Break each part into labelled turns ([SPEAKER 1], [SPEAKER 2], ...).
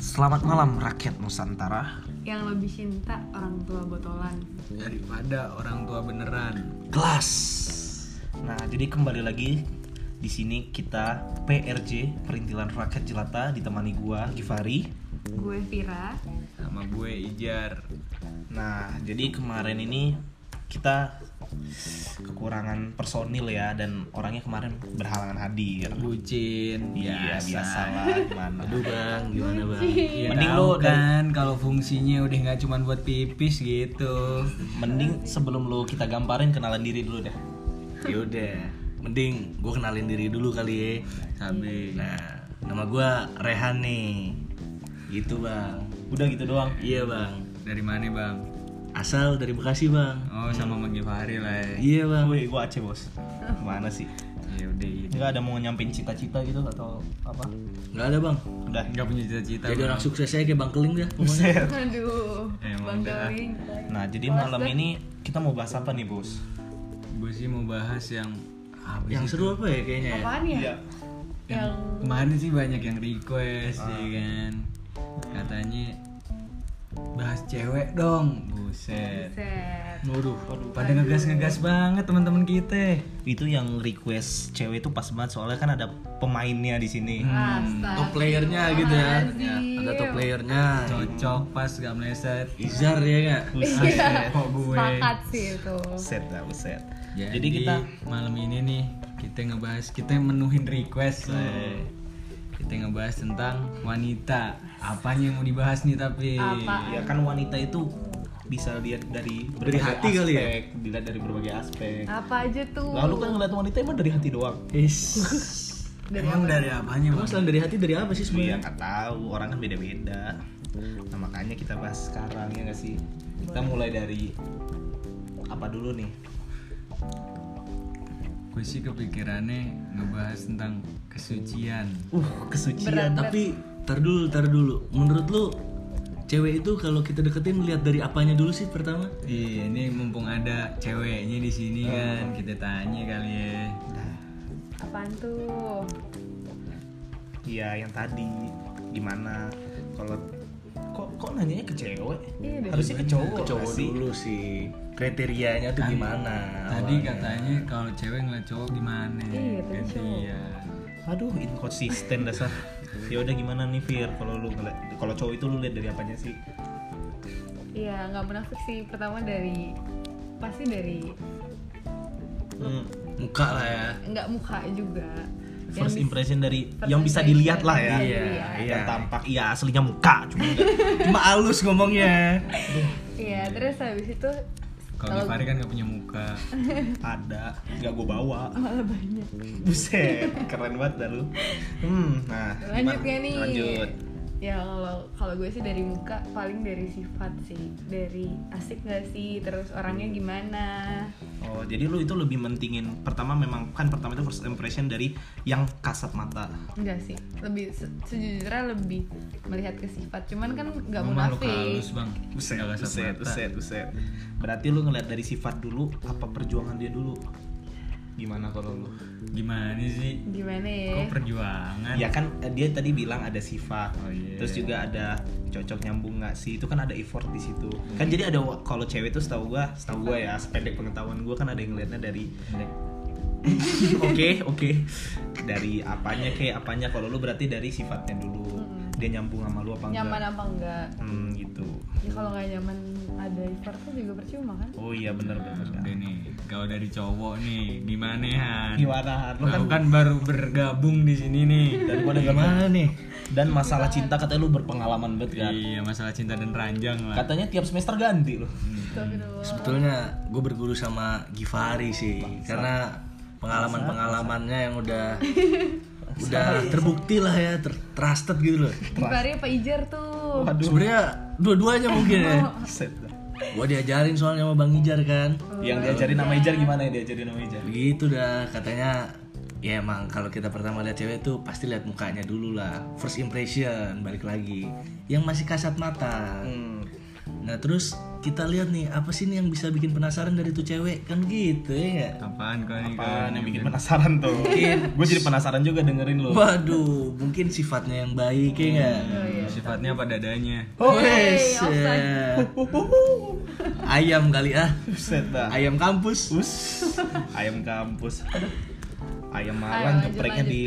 [SPEAKER 1] Selamat malam rakyat Nusantara.
[SPEAKER 2] yang lebih cinta orang tua botolan
[SPEAKER 3] daripada orang tua beneran.
[SPEAKER 1] Kelas. Nah, jadi kembali lagi di sini kita PRJ Perintilan Rakyat Jelata ditemani gua Givari.
[SPEAKER 2] gue Vira
[SPEAKER 3] Sama gue Ijar.
[SPEAKER 1] Nah, jadi kemarin ini kita kekurangan personil ya dan orangnya kemarin berhalangan hadir.
[SPEAKER 3] Bucin.
[SPEAKER 1] Iya, biasalah gimana.
[SPEAKER 3] Aduh bang, gimana bang?
[SPEAKER 2] Bucin.
[SPEAKER 4] Iya
[SPEAKER 3] Ya, Mending lo kan kalau fungsinya udah nggak cuma buat pipis gitu.
[SPEAKER 1] Mending sebelum lu kita gambarin kenalan diri dulu deh.
[SPEAKER 4] Yaudah, mending gue kenalin diri dulu kali ya.
[SPEAKER 3] Sabi.
[SPEAKER 4] Nah, nama gue Rehan nih. Gitu bang.
[SPEAKER 1] Udah gitu doang.
[SPEAKER 4] Iya bang.
[SPEAKER 3] Dari mana bang?
[SPEAKER 4] Asal dari Bekasi bang.
[SPEAKER 3] Oh sama Magi Fahri lah ya.
[SPEAKER 4] Iya bang.
[SPEAKER 1] Woi, gua Aceh, Bos. Mana sih?
[SPEAKER 3] Ya udah iya.
[SPEAKER 1] Enggak ada mau nyampein cita-cita gitu atau apa?
[SPEAKER 4] Nggak ada bang.
[SPEAKER 1] Udah.
[SPEAKER 3] Nggak punya cita-cita.
[SPEAKER 4] Jadi
[SPEAKER 3] Bang.
[SPEAKER 4] orang sukses saya kayak bang keling dah. pokoknya.
[SPEAKER 2] aduh
[SPEAKER 3] Emang
[SPEAKER 2] bang
[SPEAKER 3] dah.
[SPEAKER 2] Galing
[SPEAKER 1] Nah, jadi malam ini kita mau bahas apa nih, Bos?
[SPEAKER 3] Gue sih mau bahas yang apa
[SPEAKER 4] Yang
[SPEAKER 3] sih
[SPEAKER 4] seru apa ya kayaknya? ya?
[SPEAKER 2] apaan
[SPEAKER 1] Iya.
[SPEAKER 2] ya yang
[SPEAKER 3] Kemarin sih banyak yang request
[SPEAKER 4] Ah.
[SPEAKER 3] ya kan. Katanya bahas cewek dong. Buset.
[SPEAKER 2] set
[SPEAKER 3] Waduh, pada ngegas-ngegas banget teman-teman kita.
[SPEAKER 1] Itu yang request cewek itu pas banget soalnya kan ada pemainnya di sini.
[SPEAKER 4] Hmm.
[SPEAKER 2] Astaga.
[SPEAKER 4] Top playernya gitu ya.
[SPEAKER 2] Iya.
[SPEAKER 4] Ada top playernya.
[SPEAKER 3] Cocok pas gak meleset.
[SPEAKER 4] Izar ya nggak?
[SPEAKER 2] Iya.
[SPEAKER 3] Kok gue.
[SPEAKER 2] sepakat sih itu
[SPEAKER 1] Set lah, set. Jadi kita
[SPEAKER 3] malam ini nih kita ngebahas kita menuhin request.
[SPEAKER 4] Iya.
[SPEAKER 3] Le. Kita ngebahas tentang wanita. Apanya yang mau dibahas nih tapi?
[SPEAKER 2] Apa?
[SPEAKER 1] ya kan wanita itu bisa lihat dari
[SPEAKER 4] Dari hati kali ya?
[SPEAKER 1] aspek, dilihat dari berbagai aspek.
[SPEAKER 2] apa aja tuh
[SPEAKER 1] Lalu kan ngeliat wanita emang dari hati doang.
[SPEAKER 3] Is. Emang dari apanya
[SPEAKER 4] Emang
[SPEAKER 3] bang?
[SPEAKER 4] selain dari hati dari apa sih
[SPEAKER 1] Iya
[SPEAKER 4] sebenarnya?
[SPEAKER 1] nggak tahu, orang kan beda-beda. Nah makanya kita bahas sekarang ya nggak sih. Kita mulai dari apa dulu nih?
[SPEAKER 3] Gue sih kepikirannya ngebahas tentang kesucian.
[SPEAKER 1] Uh kesucian.
[SPEAKER 2] Berat.
[SPEAKER 4] Tapi tar dulu, tar dulu. Menurut lu cewek itu kalau kita deketin lihat dari apanya dulu sih pertama?
[SPEAKER 3] Iya, ini mumpung ada ceweknya di sini kan, kita tanya kali ya.
[SPEAKER 2] apaan tuh
[SPEAKER 1] Iya yang tadi gimana? Kalau kok kok nanyanya ke cewek?
[SPEAKER 2] Iya deh.
[SPEAKER 1] Harusnya ke cowok.
[SPEAKER 4] ke cowok
[SPEAKER 1] nggak sih?
[SPEAKER 4] dulu sih kriterianya tuh gimana
[SPEAKER 3] Tadi
[SPEAKER 4] awalnya.
[SPEAKER 3] katanya kalau cewek ngeliat cowok gimana? Kan
[SPEAKER 2] Iya, tadi
[SPEAKER 3] Gantian.
[SPEAKER 1] Aduh inkonsisten dasar. ya udah gimana nih Fir kalau lu ngeliat- kalau cowok itu lu lihat dari apanya sih?
[SPEAKER 2] Iya, nggak munafik sih. Pertama dari pasti dari
[SPEAKER 1] Hmm,
[SPEAKER 4] muka lah ya
[SPEAKER 2] nggak muka juga. Yang
[SPEAKER 1] First
[SPEAKER 2] bis-
[SPEAKER 1] impression dari
[SPEAKER 2] first
[SPEAKER 1] yang bisa
[SPEAKER 2] impression.
[SPEAKER 1] dilihat lah ya.
[SPEAKER 2] Iya.
[SPEAKER 1] Yang tampak iya aslinya muka cuma nggak-
[SPEAKER 4] cuma halus ngomongnya
[SPEAKER 2] Iya, terus habis itu
[SPEAKER 3] Kalau Givari kan gak punya muka.
[SPEAKER 1] ada nggak gue bawa malah banyak buset keren banget dah lu hmm nah gimana?
[SPEAKER 2] lanjut gak nih?
[SPEAKER 1] lanjut
[SPEAKER 2] Ya kalau kalau gue sih dari muka paling dari sifat sih, dari asik gak sih, terus orangnya gimana?
[SPEAKER 1] oh jadi lu itu lebih mentingin pertama memang kan pertama itu first impression dari yang kasat mata
[SPEAKER 2] Enggak sih, lebih se- sejujurnya lebih melihat ke sifat. Cuman kan nggak
[SPEAKER 3] Emang makhluk halus
[SPEAKER 2] munafik.
[SPEAKER 3] bang.
[SPEAKER 1] buset
[SPEAKER 3] Nggak kasat
[SPEAKER 1] buset
[SPEAKER 3] mata.
[SPEAKER 1] buset buset berarti lu ngeliat dari sifat dulu apa perjuangan dia dulu gimana kalau lu
[SPEAKER 3] Gimana sih?
[SPEAKER 2] Gimana ya?
[SPEAKER 3] Kok perjuangan?
[SPEAKER 1] ya kan eh, dia tadi bilang ada sifat
[SPEAKER 3] Oh, iya.
[SPEAKER 1] terus juga ada cocok nyambung nggak sih itu kan ada effort di situ
[SPEAKER 3] Hmm.
[SPEAKER 1] kan jadi ada wa- kalau cewek tuh setahu gua setahu gua ya sependek pengetahuan gua kan ada yang ngeliatnya dari
[SPEAKER 3] Pendek.
[SPEAKER 1] oke oke dari apanya kayak apanya kalau lu berarti dari sifatnya dulu dia nyambung sama lu apa enggak
[SPEAKER 2] Nyaman apa enggak?
[SPEAKER 1] hmm gitu
[SPEAKER 2] Ya kalau nggak nyaman ada effortnya juga percuma kan?
[SPEAKER 1] oh iya bener bener
[SPEAKER 3] Udah nih, kalau dari cowok nih, gimana Han?
[SPEAKER 1] gimana Han? lu
[SPEAKER 3] Lu
[SPEAKER 1] kan
[SPEAKER 3] kan baru bergabung di sini nih.
[SPEAKER 1] dari gua dengar- dan masalah cinta katanya lu berpengalaman banget kan
[SPEAKER 3] Iya, masalah cinta dan ranjang lah.
[SPEAKER 1] katanya tiap semester ganti lu
[SPEAKER 2] Astagfirullah.
[SPEAKER 4] sebetulnya gue berguru sama Givari sih karena pengalaman pengalamannya yang udah udah terbukti lah ya ter- trusted gitu loh
[SPEAKER 2] Gifari ya apa Ijar tuh?
[SPEAKER 4] sebenarnya dua-duanya mungkin ya
[SPEAKER 1] set dah.
[SPEAKER 4] gue diajarin soalnya sama Bang Ijar kan
[SPEAKER 1] yang diajarin nama Ijar gimana yang diajarin nama Ijar
[SPEAKER 4] begitu dah katanya ya emang kalau kita pertama lihat cewek tuh pasti lihat mukanya dulu lah first impression balik lagi yang masih kasat mata
[SPEAKER 1] Hmm.
[SPEAKER 4] nah terus kita lihat nih apa sih nih yang bisa bikin penasaran dari tuh cewek kan gitu ya nggak?
[SPEAKER 3] Apaan kau ini?
[SPEAKER 1] Apaan Kan, yang
[SPEAKER 2] Iya.
[SPEAKER 1] bikin penasaran tuh? gue jadi penasaran juga dengerin lo.
[SPEAKER 4] waduh mungkin sifatnya yang baik ya nggak?
[SPEAKER 3] Hmm.
[SPEAKER 2] Oh, iya.
[SPEAKER 3] Sifatnya apa dadanya?
[SPEAKER 4] Oh,
[SPEAKER 2] Yeay,
[SPEAKER 4] yes,
[SPEAKER 2] offside.
[SPEAKER 4] ya. Ayam kali ah.
[SPEAKER 1] Buset dah.
[SPEAKER 4] Ayam kampus.
[SPEAKER 1] Us, ayam kampus. Aduh. Ayam
[SPEAKER 2] Ayo,
[SPEAKER 1] malang
[SPEAKER 2] lanjut,
[SPEAKER 1] gepreknya
[SPEAKER 2] lanjut.
[SPEAKER 1] di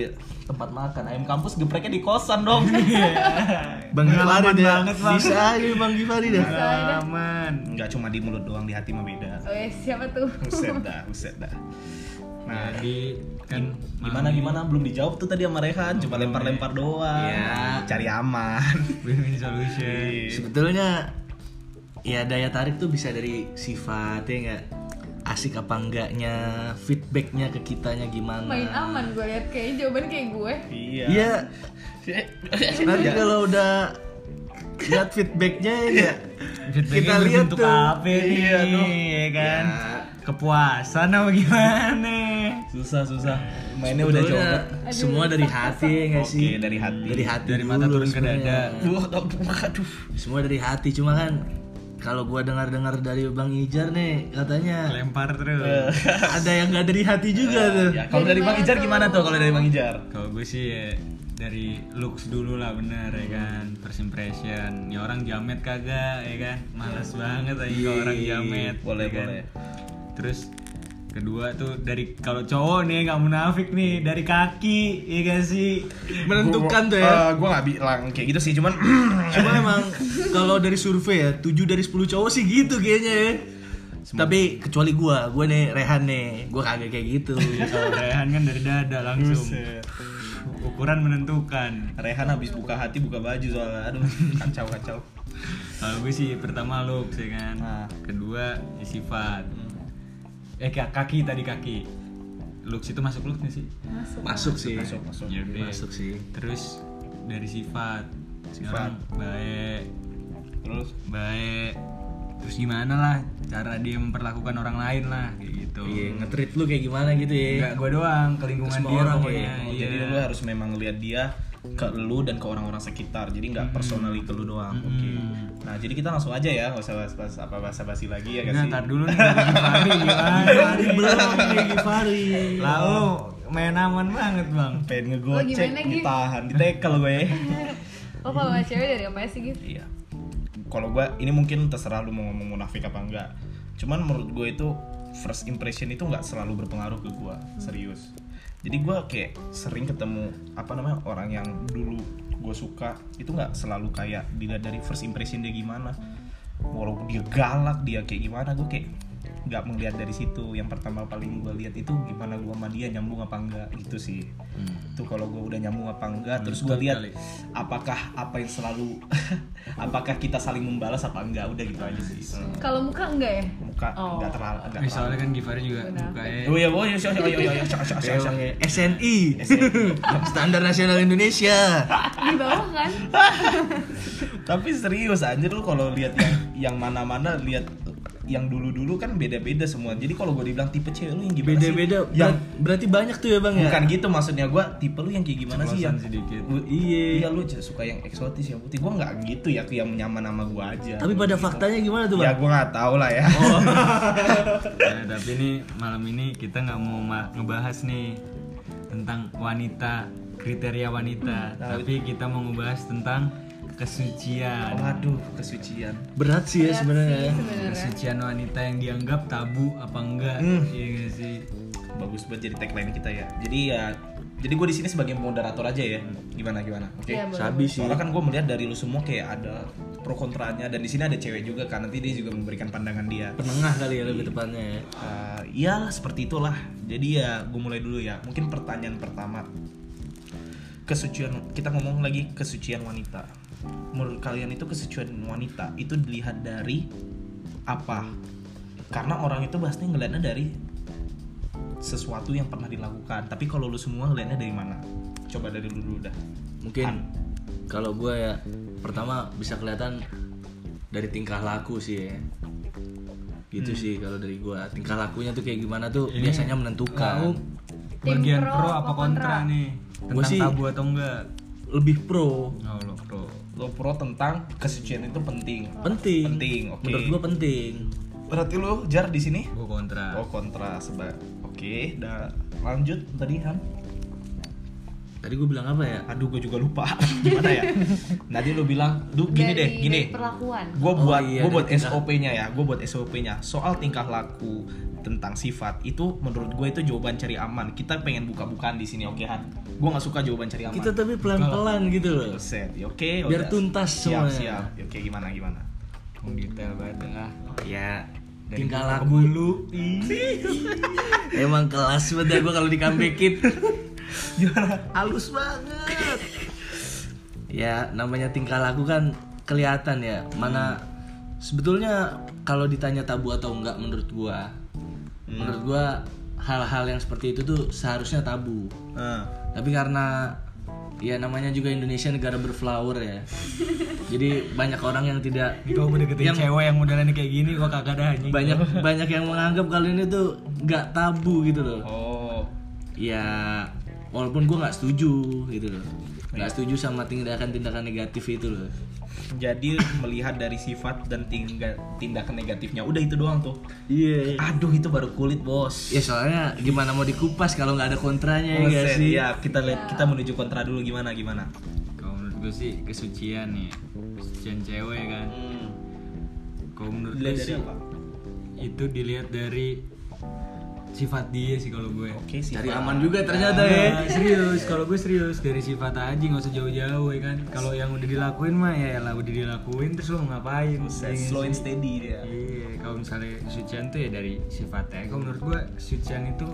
[SPEAKER 1] tempat makan. Ayam kampus gepreknya di kosan dong.
[SPEAKER 4] Bang Givari
[SPEAKER 3] Pengalaman
[SPEAKER 4] ya.
[SPEAKER 3] banget, Bang. Iya.
[SPEAKER 4] Bisa aja Bang Givari dah.
[SPEAKER 3] Pengalaman.
[SPEAKER 1] Enggak cuma di mulut doang, di hati mah beda.
[SPEAKER 2] Oh ya, siapa tuh?
[SPEAKER 1] Buset dah, buset dah. Nah,
[SPEAKER 3] Jadi kan
[SPEAKER 1] gimana gimana belum dijawab tuh tadi sama Rehan, cuma lempar-lempar doang.
[SPEAKER 4] Iya.
[SPEAKER 1] Cari aman.
[SPEAKER 3] win-win solution.
[SPEAKER 4] Sebetulnya ya daya tarik tuh bisa dari sifat ya nggak? Asik apa enggaknya, feedbacknya ke kitanya gimana.
[SPEAKER 2] Main aman gue lihat kayaknya jawaban kayak gue.
[SPEAKER 1] Iya. Nah,
[SPEAKER 4] Iya.
[SPEAKER 3] Iya.
[SPEAKER 4] Nanti kalau udah lihat feedbacknya ya nggak?
[SPEAKER 3] Feedbacknya
[SPEAKER 4] Kita lihat
[SPEAKER 3] berbentuk
[SPEAKER 4] tuh.
[SPEAKER 3] apa nih,
[SPEAKER 4] Iya, tuh.
[SPEAKER 3] ya kan?
[SPEAKER 4] Ya.
[SPEAKER 3] Kepuasan apa gimana?
[SPEAKER 1] Susah, susah. Mainnya udah
[SPEAKER 4] Sebetulnya
[SPEAKER 1] coba.
[SPEAKER 4] Semua dari hati ya nggak
[SPEAKER 1] Oke,
[SPEAKER 4] sih?
[SPEAKER 1] dari hati.
[SPEAKER 4] Dari hati.
[SPEAKER 3] Dari mata
[SPEAKER 4] dulu
[SPEAKER 3] turun ke
[SPEAKER 4] sebenarnya.
[SPEAKER 3] dada.
[SPEAKER 1] Wah, aduh, aduh.
[SPEAKER 4] Semua dari hati cuma kan kalau gua dengar-dengar dari Bang Ijar nih katanya
[SPEAKER 3] Lempar terus.
[SPEAKER 4] ada yang nggak dari hati juga tuh.
[SPEAKER 1] Ya, kalau dari
[SPEAKER 2] Dari
[SPEAKER 1] Bang
[SPEAKER 2] mana
[SPEAKER 1] Ijar
[SPEAKER 2] tuh?
[SPEAKER 1] gimana tuh kalau dari Bang Ijar?
[SPEAKER 3] Kalau gue sih ya dari looks dulu lah bener ya kan first impression ya orang jamet kagak ya kan males banget aja kalau orang jamet
[SPEAKER 1] Boleh,
[SPEAKER 3] ya kan?
[SPEAKER 1] boleh.
[SPEAKER 3] terus kedua tuh dari kalau cowok nih nggak munafik nih dari kaki ya gak sih
[SPEAKER 4] Menentukan tuh ya.
[SPEAKER 1] gue gak bilang kayak gitu sih, cuman
[SPEAKER 4] Cuma emang kalau dari survei ya 7 dari 10 cowok sih gitu kayaknya ya. Tapi kecuali gua, gua nih Rehan nih, gua kagak kayak gitu.
[SPEAKER 3] kalau Rehan kan dari dada langsung ukuran menentukan
[SPEAKER 1] Rehan habis buka hati buka baju soalnya, aduh kacau kacau.
[SPEAKER 3] kalau gue sih pertama looks ya kan
[SPEAKER 1] Nah.
[SPEAKER 3] kedua ya sifat eh ka- kaki tadi kaki looks itu masuk looks nih sih
[SPEAKER 2] Masuk.
[SPEAKER 4] Masuk sih.
[SPEAKER 1] Masuk masuk.
[SPEAKER 3] Ya udah.
[SPEAKER 4] Iya, Masuk sih.
[SPEAKER 3] terus dari sifat sekarang baik
[SPEAKER 1] Terus
[SPEAKER 3] baik terus gimana lah cara dia memperlakukan orang lain lah kayak gitu
[SPEAKER 4] Iya, ngetrit lu kayak gimana gitu ya.
[SPEAKER 3] nggak gue doang ke lingkungan
[SPEAKER 4] Ke semua
[SPEAKER 3] dia
[SPEAKER 4] orang
[SPEAKER 3] pokoknya
[SPEAKER 4] ya.
[SPEAKER 1] Oh,
[SPEAKER 3] Iya.
[SPEAKER 1] jadi lu harus memang lihat dia ke lu dan ke orang-orang sekitar. Jadi nggak personally ke lu doang. Oke. Nah, jadi kita langsung aja ya, nggak usah bahas-bahas apa bahasa basi lagi ya
[SPEAKER 3] nah,
[SPEAKER 1] guys.
[SPEAKER 3] ntar dulu nih dari Givari gimana
[SPEAKER 4] Givari belum nih Givari.
[SPEAKER 3] lalu main aman banget bang
[SPEAKER 1] Pengen
[SPEAKER 2] Lo gimana,
[SPEAKER 1] ngegocek,
[SPEAKER 2] Gi?
[SPEAKER 1] ditahan, ditekel gue.
[SPEAKER 2] Lo kalau sama cewek dari apa sih gitu?
[SPEAKER 1] Iya. Kalau gua ini mungkin terserah lu mau ngomong munafik apa enggak. Cuman menurut gue itu first impression itu nggak selalu berpengaruh ke gua, serius. Jadi gua kayak sering ketemu apa namanya orang yang dulu gue suka itu nggak selalu kayak dilihat dari first impression dia gimana. Walaupun dia galak, dia kayak gimana, gue kayak nggak melihat dari situ. Yang pertama paling gua lihat itu gimana gua sama dia nyambung apa enggak gitu sih.
[SPEAKER 4] Hmm.
[SPEAKER 1] Itu kalau gue udah nyambung apa enggak, terus gua
[SPEAKER 3] Betul
[SPEAKER 1] lihat
[SPEAKER 3] kali.
[SPEAKER 1] apakah apa yang selalu apakah kita saling membalas apa enggak udah gitu aja sih Hmm.
[SPEAKER 2] Kalau muka enggak ya?
[SPEAKER 1] muka
[SPEAKER 2] Oh.
[SPEAKER 1] enggak terlalu enggak
[SPEAKER 3] Eh,
[SPEAKER 1] terlalu
[SPEAKER 3] soalnya kan Givari juga
[SPEAKER 2] Benar.
[SPEAKER 3] mukanya
[SPEAKER 1] oh iya oh iya iya iya iya iya iya iya
[SPEAKER 4] eh.
[SPEAKER 1] iya
[SPEAKER 4] SNI. Standar Nasional Indonesia.
[SPEAKER 2] Di bawah kan?
[SPEAKER 1] tapi serius anjir lu kalau lihat yang yang mana-mana lihat yang dulu-dulu kan beda-beda semua jadi kalau gue dibilang tipe cewek lu yang gimana sih?
[SPEAKER 4] Beda-beda.
[SPEAKER 1] yang
[SPEAKER 4] Berat- berarti banyak tuh ya, Bang ya?
[SPEAKER 1] bukan gitu maksudnya gue tipe lu yang kayak gimana sih yang
[SPEAKER 3] Ceplosan sedikit.
[SPEAKER 1] Lu- iya iya lu suka yang eksotis yang putih gue nggak gitu ya yang nyaman sama gue aja
[SPEAKER 4] Tapi pada faktanya gimana tuh,
[SPEAKER 1] ya
[SPEAKER 4] Bang?
[SPEAKER 1] gue nggak tahu lah ya
[SPEAKER 3] Nah, tapi ini malam ini kita nggak mau ma- ngebahas nih tentang wanita kriteria wanita, tapi kita mau ngebahas tentang kesucian.
[SPEAKER 1] waduh kesucian
[SPEAKER 4] Berat sih ya
[SPEAKER 2] Lihat
[SPEAKER 4] sebenarnya.
[SPEAKER 1] Iya.
[SPEAKER 2] Iya sih
[SPEAKER 4] ya.
[SPEAKER 3] Iya
[SPEAKER 2] sebenarnya.
[SPEAKER 3] Kesucian wanita yang dianggap tabu apa enggak?
[SPEAKER 1] Hmm.
[SPEAKER 3] Iya nggak sih.
[SPEAKER 1] bagus buat jadi tagline kita ya jadi ya jadi gue di sini sebagai moderator aja ya gimana gimana oke
[SPEAKER 2] Iya, boleh.
[SPEAKER 4] Sabi sih.
[SPEAKER 1] soalnya kan gue melihat dari lu semua kayak ada pro kontranya dan di sini ada cewek juga kan nanti dia juga memberikan pandangan dia
[SPEAKER 4] Penengah kali ya lebih tepatnya ya.
[SPEAKER 1] Eh, Iya seperti itulah jadi ya gue mulai dulu ya mungkin pertanyaan pertama kesucian kita ngomong lagi kesucian wanita menurut kalian itu kesucian wanita itu dilihat dari apa karena orang itu pasti ngelihatnya dari sesuatu yang pernah dilakukan tapi kalau lu semua ngelihatnya dari mana coba dari lu dulu dah
[SPEAKER 4] Mungkin
[SPEAKER 1] An.
[SPEAKER 4] kalau gue ya pertama bisa kelihatan dari tingkah laku sih ya. Gitu
[SPEAKER 1] Hmm.
[SPEAKER 4] sih kalau dari gue. Tingkah lakunya tuh kayak gimana tuh
[SPEAKER 1] Iya.
[SPEAKER 3] Ini
[SPEAKER 4] biasanya menentukan.
[SPEAKER 3] Bagian pro, apa kontra, nih?
[SPEAKER 4] Gua
[SPEAKER 3] Tentang
[SPEAKER 4] sih-
[SPEAKER 3] tabu atau enggak?
[SPEAKER 4] lebih pro
[SPEAKER 3] Oh, lo pro.
[SPEAKER 1] lo pro tentang kesucian itu penting
[SPEAKER 4] penting
[SPEAKER 1] Penting, oke.
[SPEAKER 4] menurut gua penting
[SPEAKER 1] berarti lo jar di sini
[SPEAKER 3] Gue kontra.
[SPEAKER 1] oh kontra sebab oke dah lanjut tadi Han
[SPEAKER 4] tadi gua bilang apa ya
[SPEAKER 1] aduh gue juga lupa gimana ya tadi lo bilang duh gini deh
[SPEAKER 2] Dari
[SPEAKER 1] gini
[SPEAKER 2] perlakuan
[SPEAKER 1] gue
[SPEAKER 4] Oh
[SPEAKER 1] buat
[SPEAKER 4] iya,
[SPEAKER 1] gua
[SPEAKER 4] dari
[SPEAKER 1] buat
[SPEAKER 4] tingkah-
[SPEAKER 1] SOP-nya ya gue buat SOP-nya soal tingkah laku tentang sifat itu menurut gue itu jawaban cari aman kita pengen buka-bukaan di sini oke Han gue nggak suka jawaban cari aman
[SPEAKER 4] kita tapi pelan-pelan gitu loh
[SPEAKER 1] set ya, oke udah.
[SPEAKER 4] Biar tuntas
[SPEAKER 1] siap
[SPEAKER 4] semuanya.
[SPEAKER 1] siap Ya, oke gimana gimana Oh, iya.
[SPEAKER 3] Mau detail banget ah.
[SPEAKER 4] ya
[SPEAKER 3] Dari
[SPEAKER 4] tingkah
[SPEAKER 3] muka ke
[SPEAKER 4] laku
[SPEAKER 3] bulu.
[SPEAKER 4] Iya. emang kelas banget ya gua kalau dikambekin
[SPEAKER 1] gimana
[SPEAKER 4] halus banget ya namanya tingkah laku kan kelihatan ya mana sebetulnya kalau ditanya tabu atau enggak menurut gua menurut gua hal-hal yang seperti itu tuh seharusnya tabu
[SPEAKER 1] Eh,
[SPEAKER 4] tapi karena ya namanya juga Indonesia negara berflower ya jadi banyak orang yang tidak
[SPEAKER 3] Nih kau mau deketin cewek yang modelannya kayak gini, gua kagak ada anjing.
[SPEAKER 4] banyak banyak yang menganggap kalau ini tuh nggak tabu gitu loh
[SPEAKER 1] oh
[SPEAKER 4] ya walaupun gue nggak setuju gitu loh nggak setuju sama tindakan-tindakan negatif itu loh
[SPEAKER 1] jadi melihat dari sifat dan tingga- tindakan negatifnya udah itu doang tuh
[SPEAKER 4] iya
[SPEAKER 1] aduh itu baru kulit bos
[SPEAKER 4] ya soalnya gimana mau dikupas kalau nggak ada kontranya ya nggak
[SPEAKER 1] Buset,
[SPEAKER 4] sih
[SPEAKER 1] ya kita lihat kita menuju kontra dulu gimana gimana
[SPEAKER 3] Kalau menurut gue sih kesucian nih, kesucian cewek kan.
[SPEAKER 1] hmm.
[SPEAKER 3] Kalau menurut gue
[SPEAKER 1] dilihat dari
[SPEAKER 3] sih
[SPEAKER 1] apa
[SPEAKER 3] itu dilihat dari sifat dia sih kalau gue.
[SPEAKER 1] oke sih
[SPEAKER 4] cari
[SPEAKER 1] Pak. Iya
[SPEAKER 4] aman juga ternyata ya
[SPEAKER 3] Nah, serius, kalau gue serius dari sifat aja nggak usah jauh-jauh ya kan. Kalau yang udah dilakuin mah ya lah udah dilakuin terus lo mau ngapain?
[SPEAKER 1] Buset,
[SPEAKER 3] Ya nggak
[SPEAKER 1] slow and
[SPEAKER 3] sih?
[SPEAKER 1] steady dia
[SPEAKER 3] Iya, kalau misalnya kesucian tuh ya dari sifatnya. Kalau menurut gue kesucian itu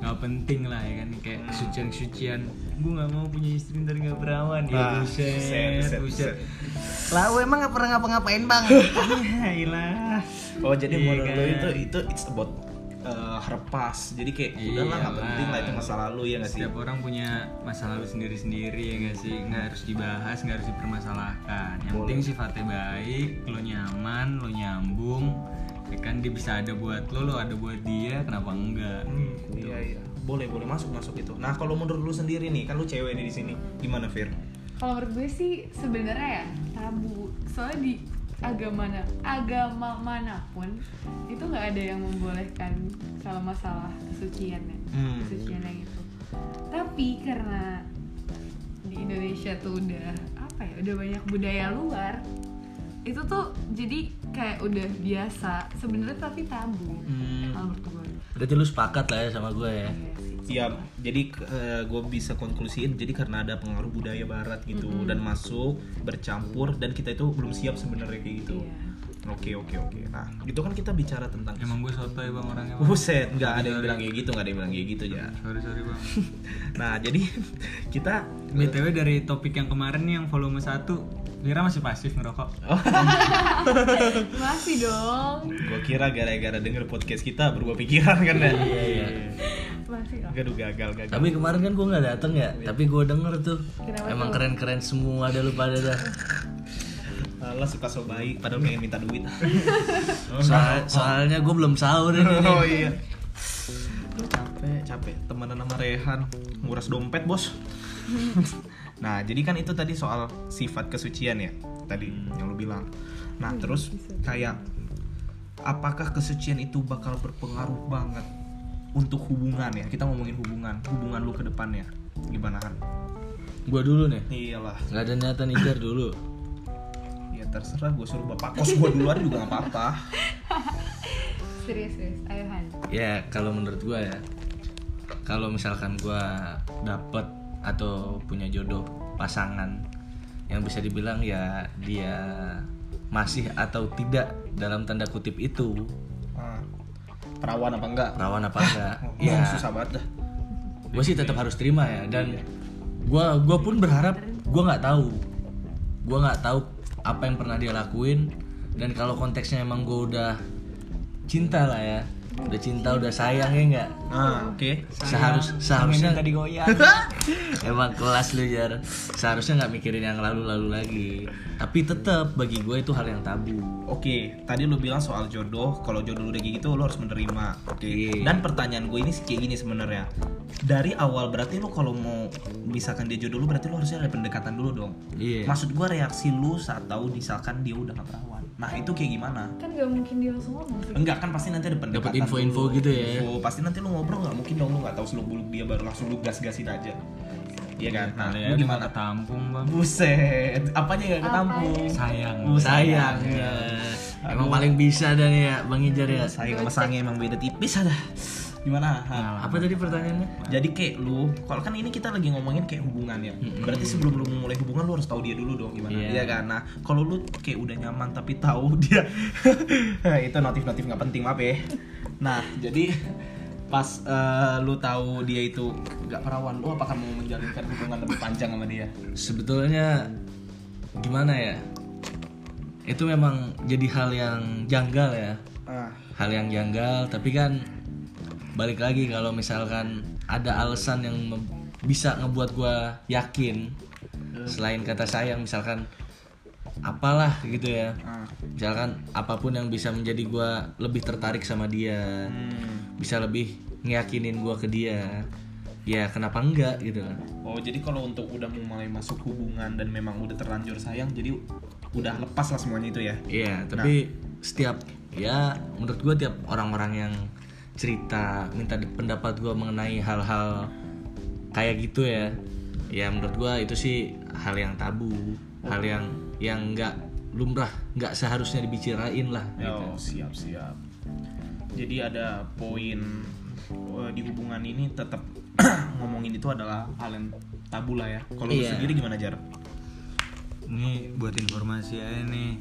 [SPEAKER 3] nggak penting lah ya kan kayak
[SPEAKER 1] Hmm.
[SPEAKER 3] kesucian kesucian gue nggak mau punya istri ntar nggak perawan
[SPEAKER 1] Ah,
[SPEAKER 3] ya
[SPEAKER 1] buset,
[SPEAKER 3] buset
[SPEAKER 1] buset,
[SPEAKER 3] buset,
[SPEAKER 1] buset.
[SPEAKER 3] lah lu emang nggak pernah ngapa-ngapain bang ya ilah
[SPEAKER 1] oh jadi
[SPEAKER 3] Iya
[SPEAKER 1] menurut lo
[SPEAKER 3] kan?
[SPEAKER 1] itu itu it's about uh, herpas jadi kayak
[SPEAKER 3] Iya
[SPEAKER 1] udahlah nggak
[SPEAKER 3] lah.
[SPEAKER 1] penting lah itu masa lalu ya nggak sih
[SPEAKER 3] Setiap orang punya masa lalu sendiri-sendiri ya nggak sih? Nggak harus dibahas, nggak harus dipermasalahkan. Yang
[SPEAKER 1] Boleh.
[SPEAKER 3] penting sifatnya baik, lo nyaman, lo nyambung. Ya kan dia bisa ada buat lo, lo ada buat dia, kenapa enggak?
[SPEAKER 1] iya iya boleh boleh masuk masuk itu nah kalau menurut lu sendiri nih kan lu cewek nih di sini gimana Fir
[SPEAKER 2] Kalau menurut gue sih sebenarnya ya tabu. Soalnya di agama mana agama manapun itu nggak ada yang membolehkan kalau masalah ya. kesuciannya,
[SPEAKER 1] Hmm.
[SPEAKER 2] kesuciannya gitu. Tapi karena di Indonesia tuh udah apa ya udah banyak budaya luar itu tuh jadi kayak udah biasa sebenarnya tapi tabu
[SPEAKER 3] Hmm.
[SPEAKER 2] kalau menurut gue
[SPEAKER 4] berarti lu sepakat lah ya sama gue ya
[SPEAKER 2] Iya sih.
[SPEAKER 1] Iya, jadi gue bisa konklusiin jadi karena ada pengaruh budaya barat gitu dan masuk bercampur dan kita itu belum siap sebenarnya kayak gitu.
[SPEAKER 2] Iya.
[SPEAKER 1] Oke oke oke. Nah itu kan kita bicara tentang.
[SPEAKER 3] Emang gue sotoy bang orangnya. Bang.
[SPEAKER 1] Buset, nggak ada yang bilang kayak gitu, nggak ada yang bilang kayak gitu ya.
[SPEAKER 3] Sorry sorry bang.
[SPEAKER 1] Nah jadi kita
[SPEAKER 3] btw dari topik yang kemarin nih, yang volume 1 Mira masih pasif ngerokok.
[SPEAKER 2] Eh, masih dong
[SPEAKER 1] gue kira gara-gara denger podcast kita berubah pikiran kan ya. Iya iya.
[SPEAKER 2] masih dong
[SPEAKER 1] Gaduh gagal gagal.
[SPEAKER 4] tapi kemarin kan gue nggak dateng
[SPEAKER 1] Iya.
[SPEAKER 4] ya tapi gue denger tuh
[SPEAKER 2] Kenapa
[SPEAKER 4] emang
[SPEAKER 2] tuh?
[SPEAKER 4] keren-keren semua ada lu pada dah
[SPEAKER 1] Allah suka so baik, padahal pengen minta duit.
[SPEAKER 4] Soal- soalnya gue belum sahur ini nih.
[SPEAKER 1] oh iya. Aduh, capek, capek. Temenan sama Rehan, nguras dompet, Bos. nah, jadi kan itu tadi soal sifat kesucian ya. Tadi yang lu bilang. Nah, terus kayak apakah kesucian itu bakal berpengaruh banget untuk hubungan ya? Kita ngomongin hubungan, hubungan lu ke depannya. Gimana kan?
[SPEAKER 4] gue dulu nih
[SPEAKER 1] Iyalah,
[SPEAKER 4] nggak ada niatan ijar dulu
[SPEAKER 1] ya terserah gue suruh bapak kos gue duluan juga gak apa-apa.
[SPEAKER 2] serius serius ayo Han
[SPEAKER 4] ya kalau menurut gua ya kalau misalkan gua dapet atau punya jodoh pasangan yang bisa dibilang ya dia masih atau tidak dalam tanda kutip itu
[SPEAKER 1] Ah, perawan apa enggak?
[SPEAKER 4] rawan apa enggak
[SPEAKER 1] Ngomong
[SPEAKER 4] ya
[SPEAKER 1] susah Iya. banget dah.
[SPEAKER 4] gue sih tetap harus terima ya dan gua gua pun berharap gua nggak tahu gua nggak tahu apa yang pernah dia lakuin dan kalau konteksnya emang gua udah cinta lah ya udah cinta udah sayang ya enggak
[SPEAKER 1] Nah, oke.
[SPEAKER 4] Seharus, seharusnya
[SPEAKER 3] Tadi goyang.
[SPEAKER 4] emang kelas lu jar seharusnya nggak mikirin yang lalu-lalu lagi tapi tetap bagi gue itu hal yang tabu
[SPEAKER 1] Oke, tadi lu bilang soal jodoh. Kalau jodoh lu udah kayak gitu, lu harus menerima. Oke.
[SPEAKER 4] Iya.
[SPEAKER 1] Dan pertanyaan gue ini kayak gini sebenarnya. dari awal berarti lu kalau mau misalkan dia jodoh lu berarti lu harusnya ada pendekatan dulu dong.
[SPEAKER 3] Iya.
[SPEAKER 1] Maksud gua reaksi lu saat tahu misalkan dia udah gak perawan. Nah, itu kayak gimana?
[SPEAKER 2] kan gak mungkin dia langsung ngomong sih
[SPEAKER 1] Enggak kan pasti nanti ada pendekatan.
[SPEAKER 3] Dapat info-info
[SPEAKER 1] dulu.
[SPEAKER 3] gitu ya.
[SPEAKER 1] Info. Pasti nanti lu ngobrol nggak mungkin dong lu nggak tahu seluk beluk dia baru langsung lu gas gasin aja. Iya kan? Nah,
[SPEAKER 4] ya,
[SPEAKER 3] Kali ya.
[SPEAKER 1] lu
[SPEAKER 3] aja
[SPEAKER 1] gimana?
[SPEAKER 3] nggak ketampung bang.
[SPEAKER 1] Buset, apanya yang gak ketampung?
[SPEAKER 3] Sayang.
[SPEAKER 1] Uh, sayang.
[SPEAKER 4] sayang ya.
[SPEAKER 1] Aduh.
[SPEAKER 4] Emang paling bisa dan ya Bang Ijar ya.
[SPEAKER 1] Sayang sama sange emang beda tipis ada. Gimana? Ha?
[SPEAKER 4] Apa tadi pertanyaannya?
[SPEAKER 1] Jadi kayak lu, kalau kan ini kita lagi ngomongin kayak hubungan ya. Berarti sebelum lu mulai hubungan lu harus tahu dia dulu dong gimana. Iya
[SPEAKER 3] Iya.
[SPEAKER 1] kan? Nah, kalau lu kayak udah nyaman tapi tahu dia itu notif-notif nggak penting maaf ya. Nah, jadi pas eh, lu tahu dia itu nggak perawan, lu apakah mau menjalinkan hubungan lebih panjang sama dia?
[SPEAKER 4] Sebetulnya gimana ya? Itu memang jadi hal yang janggal ya.
[SPEAKER 1] Ah,
[SPEAKER 4] Hal yang janggal, tapi kan balik lagi kalau misalkan ada alasan yang mem- bisa ngebuat gua yakin selain kata sayang misalkan apalah gitu ya.
[SPEAKER 1] ah.
[SPEAKER 4] Misalkan apapun yang bisa menjadi gua lebih tertarik sama dia.
[SPEAKER 1] Hmm.
[SPEAKER 4] bisa lebih ngeyakinin gua ke dia ya kenapa enggak gitu kan
[SPEAKER 1] Oh jadi kalau untuk udah mau mulai masuk hubungan dan memang udah terlanjur sayang jadi udah lepas lah semuanya itu ya.
[SPEAKER 4] iya tapi setiap ya menurut gua tiap orang-orang yang cerita minta di- pendapat gua mengenai hal-hal kayak gitu ya ya menurut gua itu sih hal yang tabu hal yang yang enggak lumrah nggak seharusnya dibicarain lah gitu.
[SPEAKER 1] Oh siap siap. Jadi ada poin eh, di hubungan ini tetap ngomongin itu adalah hal yang tabu lah ya. Kalau lu
[SPEAKER 4] Iya.
[SPEAKER 1] sendiri gimana jar?
[SPEAKER 3] Ini buat informasi aja nih.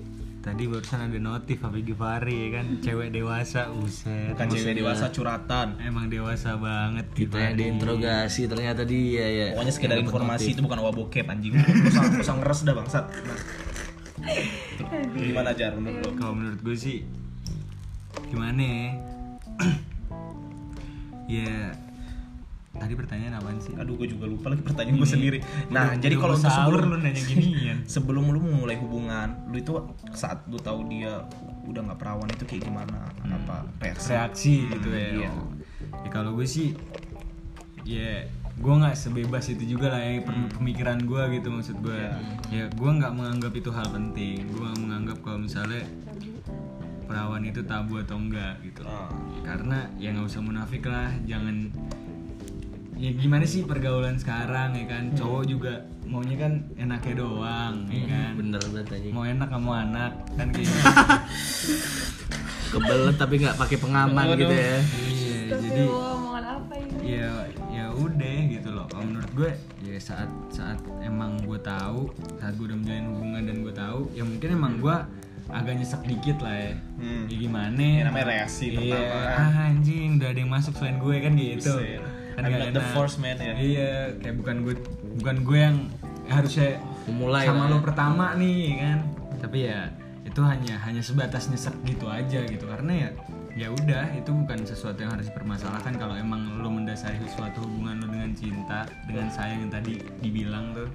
[SPEAKER 3] Tadi barusan ada notif Abi Givari ya kan cewek dewasa uset.
[SPEAKER 1] Bukan Kan cewek dewasa curhatan.
[SPEAKER 3] Emang dewasa banget
[SPEAKER 4] kita Gitu yang
[SPEAKER 3] Givari.
[SPEAKER 4] diinterogasi ternyata dia ya
[SPEAKER 1] Pokoknya sekedar
[SPEAKER 4] Yang dapet
[SPEAKER 1] informasi
[SPEAKER 4] notif.
[SPEAKER 1] itu bukan wabokep anjing. Lu sang- Lu sang ngeres dah bangsat. Nah. Gimana jar menurut lu?
[SPEAKER 3] Kalau menurut gue sih gimana ya? ya tadi pertanyaan apaan sih?
[SPEAKER 1] Aduh gue juga lupa lagi pertanyaan gue
[SPEAKER 3] Ini-
[SPEAKER 1] sendiri. Nah
[SPEAKER 3] udah-
[SPEAKER 1] jadi
[SPEAKER 3] udah
[SPEAKER 1] kalau
[SPEAKER 3] gua
[SPEAKER 1] untuk
[SPEAKER 3] sahur
[SPEAKER 1] sebelum
[SPEAKER 3] lu nanya ginian.
[SPEAKER 1] sebelum lu mulai hubungan lu itu saat lu tahu dia udah nggak perawan itu kayak gimana apa Hmm. reaksi
[SPEAKER 3] reaksi gitu ya.
[SPEAKER 1] iya.
[SPEAKER 3] Oh. Ya kalau gue sih ya gue nggak sebebas itu juga lah ya pem- pemikiran gue gitu maksud gue. Ya gue nggak menganggap itu hal penting. Gue nggak menganggap kalau misalnya perawan itu tabu atau enggak gitu.
[SPEAKER 1] Ah.
[SPEAKER 3] Karena ya nggak usah munafik lah, jangan ya gimana sih pergaulan sekarang ya kan cowok juga maunya kan enaknya doang
[SPEAKER 1] Iya
[SPEAKER 3] ya kan
[SPEAKER 4] Hmm, bener banget aja
[SPEAKER 3] mau enak kamu anak kan kayak gitu.
[SPEAKER 4] kebelet tapi nggak pakai pengaman gitu ya
[SPEAKER 3] iya
[SPEAKER 2] tapi
[SPEAKER 3] jadi
[SPEAKER 2] lo omongan apa ini
[SPEAKER 3] ya ya udah gitu loh kalau menurut gue ya saat saat emang gue tahu saat gue udah menjalin hubungan dan gue tahu ya mungkin emang gue agak nyesek dikit lah ya
[SPEAKER 1] Hmm.
[SPEAKER 3] ya gimana
[SPEAKER 1] Ya, namanya reaksi
[SPEAKER 3] iya,
[SPEAKER 1] pertama kan.
[SPEAKER 3] ah, anjing udah ada yang masuk selain gue kan gitu
[SPEAKER 1] Buset.
[SPEAKER 3] kan
[SPEAKER 1] I'm
[SPEAKER 3] nggak
[SPEAKER 1] not the first man, ya.
[SPEAKER 3] iya kayak bukan gue bukan gue yang harusnya
[SPEAKER 4] Memulai
[SPEAKER 3] sama
[SPEAKER 4] lah
[SPEAKER 3] lo
[SPEAKER 4] ya.
[SPEAKER 3] pertama nih kan tapi ya itu hanya hanya sebatas nyesek gitu aja gitu karena ya ya udah itu bukan sesuatu yang harus dipermasalahkan kalau emang lo mendasari suatu hubungan lo dengan cinta dengan sayang yang tadi dibilang tuh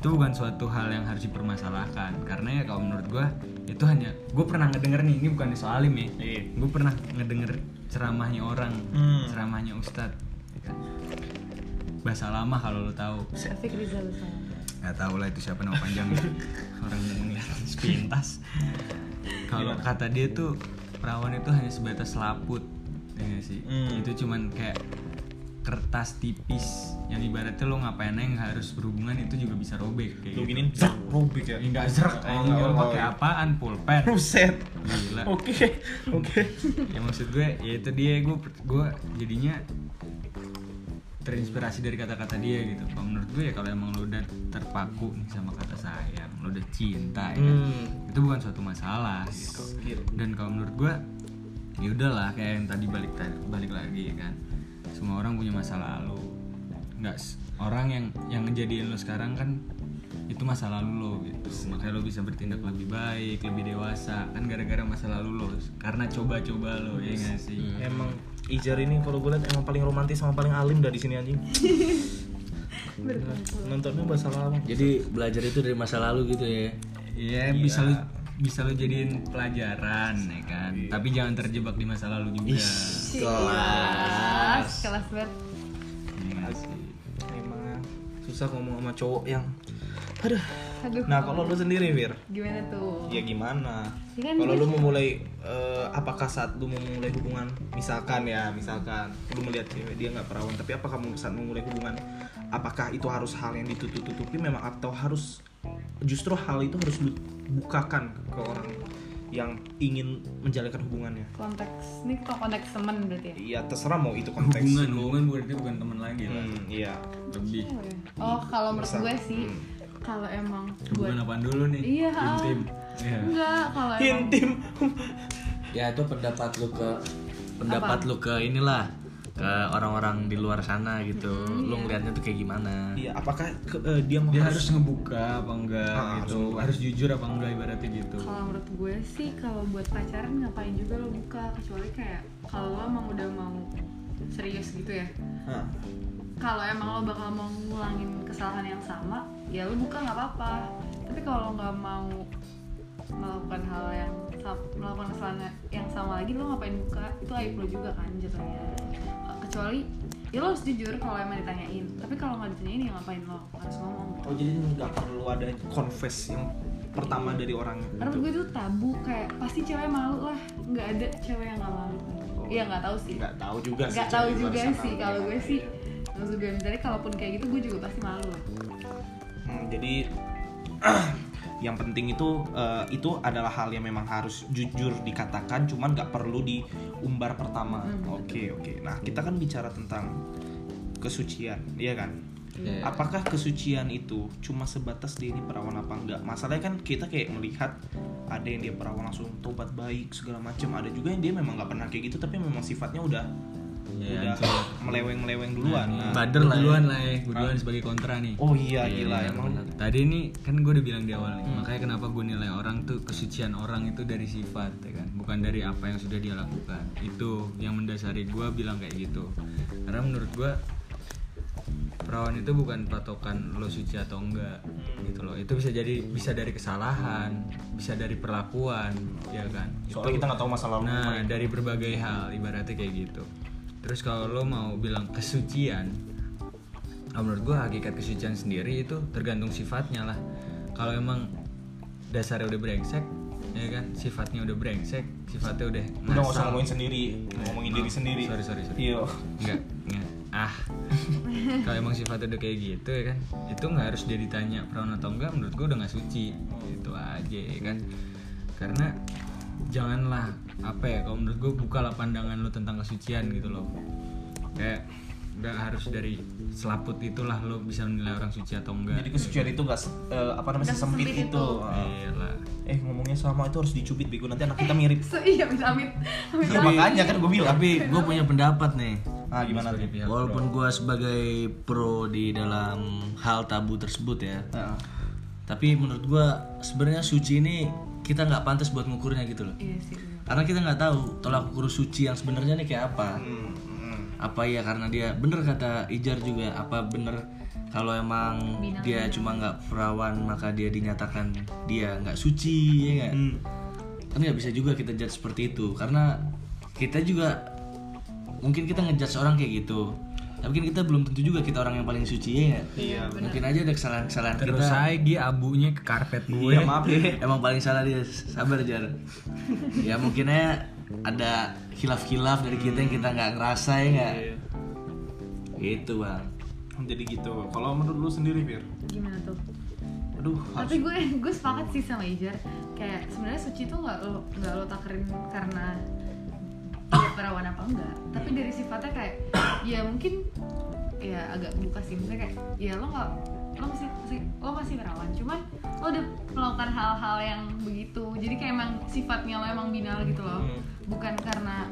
[SPEAKER 3] itu bukan suatu hal yang harus dipermasalahkan karena ya kalau menurut gua itu hanya gue pernah ngedenger nih ini bukan soal alim ya
[SPEAKER 1] Iya.
[SPEAKER 3] gue pernah ngedenger ceramahnya orang
[SPEAKER 1] Hmm.
[SPEAKER 3] ceramahnya ustadz ya kan? bahasa lama kalau lo tahu
[SPEAKER 2] Tapi Rizal sama
[SPEAKER 3] nggak tahu lah itu siapa nama ya. panjangnya orang yang ngeliat sepintas kalau kata dia tuh perawan itu hanya sebatas selaput ya nggak sih
[SPEAKER 1] Hmm.
[SPEAKER 3] itu cuman kayak kertas tipis yang ibaratnya lo ngapain aja yang harus berhubungan itu juga bisa robek kayak
[SPEAKER 1] lu
[SPEAKER 3] gitu.
[SPEAKER 1] gini zak robek ya
[SPEAKER 3] enggak serak
[SPEAKER 1] Oh,
[SPEAKER 3] anjing lo
[SPEAKER 1] oh,
[SPEAKER 3] pakai
[SPEAKER 1] oh.
[SPEAKER 3] apaan pulpen
[SPEAKER 1] Buset.
[SPEAKER 3] Gila.
[SPEAKER 1] oke oke
[SPEAKER 3] ya maksud gue ya itu dia gue gue jadinya terinspirasi dari kata-kata dia gitu kalau menurut gue ya kalau emang lo udah terpaku nih sama kata sayang lo udah cinta ya kan?
[SPEAKER 1] Hmm,
[SPEAKER 3] itu bukan suatu masalah gitu dan kalau menurut gue ya udahlah kayak yang tadi balik balik lagi ya kan semua orang punya masa lalu nggak s- orang yang yang ngejadiin lo sekarang kan itu masa lalu lo gitu makanya lo bisa bertindak lebih baik lebih dewasa kan gara-gara masa lalu lo karena coba-coba lo ya nggak sih
[SPEAKER 1] emang Ijar ini kalau gue liat emang paling romantis sama paling alim dari sini anjing nontonnya bahasa lama
[SPEAKER 4] jadi belajar itu dari masa lalu gitu ya
[SPEAKER 3] Iya bisa lo bisa lo jadiin pelajaran ya kan tapi jangan terjebak di masa lalu juga
[SPEAKER 2] kelas
[SPEAKER 4] kelas
[SPEAKER 2] kelas banget
[SPEAKER 3] Iya
[SPEAKER 1] Emang susah ngomong sama cowok yang aduh.
[SPEAKER 2] Aduh.
[SPEAKER 1] Nah, kalau lu sendiri, Vir,
[SPEAKER 2] Gimana tuh?
[SPEAKER 1] ya gimana?
[SPEAKER 2] Ya kan
[SPEAKER 1] Kalau
[SPEAKER 2] dia-
[SPEAKER 1] lu memulai eh, apakah saat lu memulai hubungan misalkan ya, misalkan lu melihat cewek dia nggak perawan, tapi apakah mem- saat memulai hubungan apakah itu harus hal yang ditutup-tutupi memang atau harus justru hal itu harus lu bukakan ke orang yang ingin menjalankan hubungannya?
[SPEAKER 2] Konteks ini kita konteks temen berarti ya?
[SPEAKER 1] Iya, terserah mau itu konteks.
[SPEAKER 3] hubungan hubungan berarti bukan teman lagi lah
[SPEAKER 1] Hmm, iya.
[SPEAKER 3] lebih
[SPEAKER 2] Oh, kalau menurut
[SPEAKER 1] Bisa.
[SPEAKER 2] gue sih
[SPEAKER 1] Hmm.
[SPEAKER 2] kalau emang buat
[SPEAKER 3] hubungan apaan dulu nih
[SPEAKER 2] Iya.
[SPEAKER 3] intim Iya.
[SPEAKER 2] enggak kalau emang
[SPEAKER 1] Intim.
[SPEAKER 4] ya itu pendapat lu ke pendapat lu ke inilah ke orang-orang di luar sana gitu lu ngeliatnya tuh kayak gimana
[SPEAKER 1] Iya, apakah ke- eh, dia mau
[SPEAKER 3] dia harus ngebuka apa enggak
[SPEAKER 1] Ah,
[SPEAKER 3] gitu harus jujur apa enggak ibaratnya gitu
[SPEAKER 2] kalau menurut gue sih kalau buat pacaran ngapain juga lo buka kecuali kayak kalau lo emang udah mau serius gitu ya
[SPEAKER 1] Hah.
[SPEAKER 2] kalau emang lo bakal mau ngulangin kesalahan yang sama ya lo buka nggak apa-apa tapi kalau lo nggak mau melakukan hal yang sa- melakukan kesalahan yang sama lagi lo ngapain buka itu aib lo juga kan jatuhnya kecuali ya lo harus jujur kalau emang ditanyain tapi kalau nggak ditanyain ya ngapain lo harus ngomong
[SPEAKER 1] Oh jadi nggak perlu ada confess yang pertama dari Gitu. orang
[SPEAKER 2] karena menurut gue itu tabu kayak pasti cewek malu lah nggak ada cewek yang nggak malu
[SPEAKER 1] Oh.
[SPEAKER 2] iya nggak tahu sih
[SPEAKER 1] Nggak tahu juga sih. Iya.
[SPEAKER 2] nggak
[SPEAKER 1] cewek
[SPEAKER 2] tahu
[SPEAKER 1] di luar
[SPEAKER 2] juga
[SPEAKER 1] sana.
[SPEAKER 2] sih kalau gue sih maksud gue misalnya kalaupun kayak gitu gue juga pasti malu lah
[SPEAKER 1] Hmm, jadi yang penting itu eh, itu adalah hal yang memang harus jujur dikatakan, cuman nggak perlu diumbar pertama.
[SPEAKER 2] Hmm,
[SPEAKER 1] Oke oke. Nah kita kan bicara tentang kesucian, iya kan?
[SPEAKER 4] Iya.
[SPEAKER 1] Apakah kesucian itu cuma sebatas dia ini perawan apa enggak? Masalahnya kan kita kayak melihat ada yang dia perawan langsung tobat baik segala macam, ada juga yang dia memang nggak pernah kayak gitu tapi memang sifatnya udah udah
[SPEAKER 3] Iya, hancur.
[SPEAKER 1] meleweng-meleweng duluan. Nah,
[SPEAKER 4] Bader lah ya.
[SPEAKER 3] duluan lah ya gue duluan sebagai kontra nih
[SPEAKER 1] oh iya,
[SPEAKER 4] Iya,
[SPEAKER 1] gila
[SPEAKER 4] benar,
[SPEAKER 1] emang.
[SPEAKER 4] benar.
[SPEAKER 3] tadi ini kan gue udah bilang di awal nih makanya kenapa gue nilai orang tuh kesucian orang itu dari sifat ya kan bukan dari apa yang sudah dia lakukan itu yang mendasari gue bilang kayak gitu karena menurut gue perawan itu bukan patokan lo suci atau enggak gitu loh itu bisa jadi bisa dari kesalahan bisa dari perlakuan ya kan
[SPEAKER 1] Soalnya
[SPEAKER 3] Itu-
[SPEAKER 1] kita nggak tahu masa lalu.
[SPEAKER 3] Nah, dari berbagai hal ibaratnya kayak gitu. Terus kalau lo mau bilang kesucian, ah, menurut gue hakikat kesucian sendiri itu tergantung sifatnya lah. Kalau emang dasarnya udah brengsek, ya kan, sifatnya udah brengsek, sifatnya udah
[SPEAKER 1] Udah nggak usah
[SPEAKER 3] ngasal.
[SPEAKER 1] ngomongin sendiri, ngomongin diri
[SPEAKER 3] Maaf,
[SPEAKER 1] sendiri.
[SPEAKER 3] Sorry sorry sorry.
[SPEAKER 1] Iya.
[SPEAKER 3] Enggak, enggak. Ah. Kalau emang sifatnya udah kayak gitu ya kan, itu nggak harus dia ditanya perawan atau enggak, menurut gue udah nggak suci, gitu aja ya kan. Karena janganlah apa ya, kalau menurut gue bukalah pandangan lo tentang kesucian gitu loh. Kayak nggak harus dari selaput itulah lo bisa menilai orang suci atau enggak.
[SPEAKER 1] Jadi kesucian itu nggak se- eh, apa namanya
[SPEAKER 2] Nggak
[SPEAKER 1] sempit
[SPEAKER 2] sesempit
[SPEAKER 1] itu.
[SPEAKER 2] itu.
[SPEAKER 1] Eh,
[SPEAKER 3] Iyalah.
[SPEAKER 1] Eh ngomongnya sama itu harus dicubit bego nanti anak kita mirip.
[SPEAKER 2] so iya amit amit amit
[SPEAKER 1] Ya, makanya kan gue bilang.
[SPEAKER 4] tapi gue punya pendapat nih
[SPEAKER 1] Ah gimana tuh?
[SPEAKER 3] Sebagai pihak
[SPEAKER 4] walaupun gue sebagai pro di dalam hal tabu tersebut ya
[SPEAKER 1] Nah,
[SPEAKER 4] tapi menurut gue sebenarnya suci ini kita nggak pantas buat ngukurnya gitu loh
[SPEAKER 2] iya sih iya.
[SPEAKER 4] karena kita nggak tahu tolak ukur suci yang sebenarnya nih kayak apa
[SPEAKER 1] hmm, hmm.
[SPEAKER 4] apa ya karena dia bener kata Ijar juga apa bener kalau emang dia cuma nggak perawan maka dia dinyatakan dia nggak suci ya nggak
[SPEAKER 1] Hmm.
[SPEAKER 4] kan nggak bisa juga kita judge seperti itu karena kita juga mungkin kita ngejudge orang kayak gitu tapi kan kita belum tentu juga kita orang yang paling suci ya nggak? mungkin aja ada kesalahan-kesalahan
[SPEAKER 3] Iya, Terus
[SPEAKER 4] kita
[SPEAKER 3] saya dia abunya ke karpet gue.
[SPEAKER 1] Iya maaf ya.
[SPEAKER 4] emang paling salah dia sabar jar ya mungkin aja ada khilaf-khilaf dari kita yang kita nggak ngerasa ya nggak
[SPEAKER 3] Iya.
[SPEAKER 4] gitu bang
[SPEAKER 1] Jadi gitu. Kalau menurut lu sendiri, Fir?
[SPEAKER 2] gimana tuh
[SPEAKER 1] Aduh,
[SPEAKER 2] tapi gue gue sepakat sih sama Ijar kayak sebenarnya suci tuh nggak lo nggak lo takerin karena dia perawan apa enggak tapi dari sifatnya kayak ya mungkin ya agak buka sih misalnya kayak ya lo nggak lo masih, masih- lo masih perawan cuman lo udah melakukan hal-hal yang begitu jadi kayak emang sifatnya lo emang binal gitu loh
[SPEAKER 1] Hmm.
[SPEAKER 2] bukan karena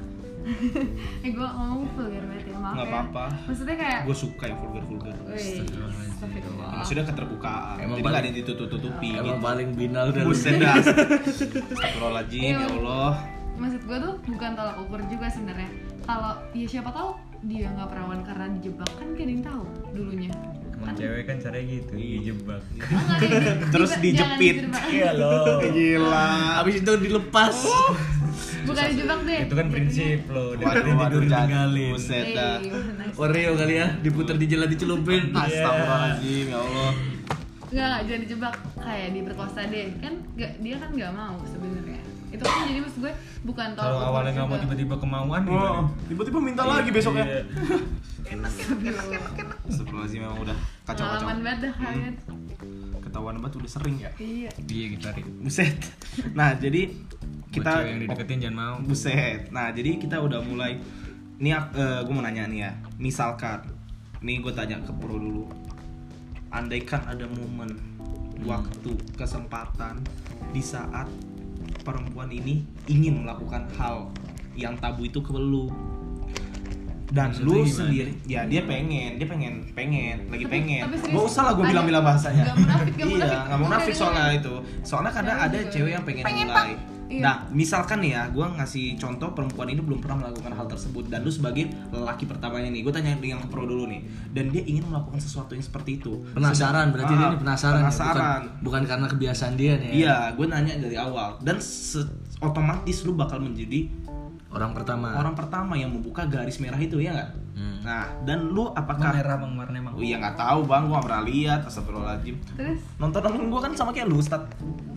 [SPEAKER 2] eh gue ngomong vulgar banget ya maaf
[SPEAKER 1] Nggak
[SPEAKER 2] ya
[SPEAKER 1] apa-apa.
[SPEAKER 2] maksudnya kayak
[SPEAKER 1] gue suka yang vulgar-vulgar.
[SPEAKER 2] Wih,
[SPEAKER 1] Ya,
[SPEAKER 2] astagfirullah.
[SPEAKER 1] Maksudnya keterbukaan.
[SPEAKER 4] Emang
[SPEAKER 1] Jadi nggak ada
[SPEAKER 4] paling-
[SPEAKER 1] yang ditutup-tutupi.
[SPEAKER 4] emang
[SPEAKER 1] gitu.
[SPEAKER 4] paling binal dan
[SPEAKER 1] Buset dah. Astagfirullahaladzim, ya
[SPEAKER 2] Iya.
[SPEAKER 1] Allah.
[SPEAKER 2] maksud gue tuh bukan tolak ukur juga sebenarnya kalau ya siapa tahu dia nggak perawan karena dijebak kan gak ada yang tahu dulunya
[SPEAKER 3] Emang cewek kan caranya gitu,
[SPEAKER 4] Iya.
[SPEAKER 3] dijebak.
[SPEAKER 2] Enggak, kayak di-
[SPEAKER 1] Terus
[SPEAKER 2] jangan
[SPEAKER 3] Iya
[SPEAKER 1] dijepit.
[SPEAKER 2] dijebak.
[SPEAKER 4] iya loh
[SPEAKER 1] Gila. Oh.
[SPEAKER 4] abis itu dilepas
[SPEAKER 2] Bukan dijebak deh. Iya.
[SPEAKER 3] Itu kan prinsip lo, dapetin
[SPEAKER 4] Waduh,
[SPEAKER 3] tidur
[SPEAKER 4] waduh, Jan.
[SPEAKER 3] ditinggalin.
[SPEAKER 4] Buset dah.
[SPEAKER 2] Eh, nice.
[SPEAKER 4] Oreo kali ya, diputer dijelat dicelupin.
[SPEAKER 1] Iya.
[SPEAKER 4] Astagfirullahaladzim, ya Allah.
[SPEAKER 2] Enggak, enggak jangan dijebak kayak diperkosa deh. Kan nggak- dia kan nggak mau sebenarnya. Itu kan jadi maksud gue bukan tolak
[SPEAKER 3] Kalau
[SPEAKER 2] ukur
[SPEAKER 3] awalnya nggak mau
[SPEAKER 2] juga.
[SPEAKER 3] tiba-tiba kemauan
[SPEAKER 4] Oh,
[SPEAKER 3] gimana?
[SPEAKER 4] tiba-tiba minta lagi besoknya.
[SPEAKER 3] Iya.
[SPEAKER 4] Astagfirullahaladzim, memang udah kacau-kacau.
[SPEAKER 2] Pengalaman banget dah
[SPEAKER 1] Hmm.
[SPEAKER 2] kalian.
[SPEAKER 4] Ketahuan banget udah sering ya.
[SPEAKER 2] Iya.
[SPEAKER 3] Iya kita Rin.
[SPEAKER 1] Buset. Nah, jadi kita
[SPEAKER 3] Kita yang dideketin jangan mau.
[SPEAKER 1] Buset. Nah, jadi kita udah mulai. Ini gue mau nanya nih ya. Misalkan, nih gue tanya ke Pro dulu. Andaikan ada momen,
[SPEAKER 3] Hmm.
[SPEAKER 1] waktu, kesempatan di saat perempuan ini ingin melakukan hal yang tabu itu ke lu dan
[SPEAKER 3] Maksudnya
[SPEAKER 1] lu
[SPEAKER 3] gimana?
[SPEAKER 1] sendiri ya dia pengen dia pengen pengen lagi
[SPEAKER 2] Tapi-
[SPEAKER 1] pengen
[SPEAKER 2] tapi serius,
[SPEAKER 1] gak usah lah gue
[SPEAKER 2] ada-
[SPEAKER 1] bilang-bilang bahasanya
[SPEAKER 2] Gak munafik, gak
[SPEAKER 1] iya
[SPEAKER 2] munafik.
[SPEAKER 1] nggak mau nafik
[SPEAKER 2] Dengerin.
[SPEAKER 1] soalnya itu soalnya kadang
[SPEAKER 2] Dengerin
[SPEAKER 1] ada
[SPEAKER 2] juga.
[SPEAKER 1] cewek yang pengen,
[SPEAKER 2] Pengen,
[SPEAKER 1] mulai
[SPEAKER 2] Iya.
[SPEAKER 1] nah misalkan nih ya gue ngasih contoh perempuan ini belum pernah melakukan hal tersebut dan lu sebagai lelaki pertamanya nih gue tanya dengan ke pro dulu nih dan dia ingin melakukan sesuatu yang seperti itu
[SPEAKER 4] Penasaran,
[SPEAKER 1] Sedang-
[SPEAKER 4] berarti dia ini
[SPEAKER 1] Ah,
[SPEAKER 4] penasaran. ya, bukan-
[SPEAKER 1] penasaran
[SPEAKER 4] Bukan, karena kebiasaan dia nih. ya.
[SPEAKER 1] Iya, gue nanya dari awal dan se- otomatis lu bakal menjadi
[SPEAKER 4] Orang pertama.
[SPEAKER 1] orang pertama yang membuka garis merah itu ya nggak?
[SPEAKER 4] Ah. Hmm.
[SPEAKER 1] Nah, dan lu
[SPEAKER 3] Bang
[SPEAKER 1] apakah?
[SPEAKER 3] merah bang warna emang.
[SPEAKER 1] Oh iya nggak tahu bang, gue pernah lihat. Astagfirullahaladzim.
[SPEAKER 2] Terus
[SPEAKER 1] Nonton nonton gue kan sama kayak lu Ustad.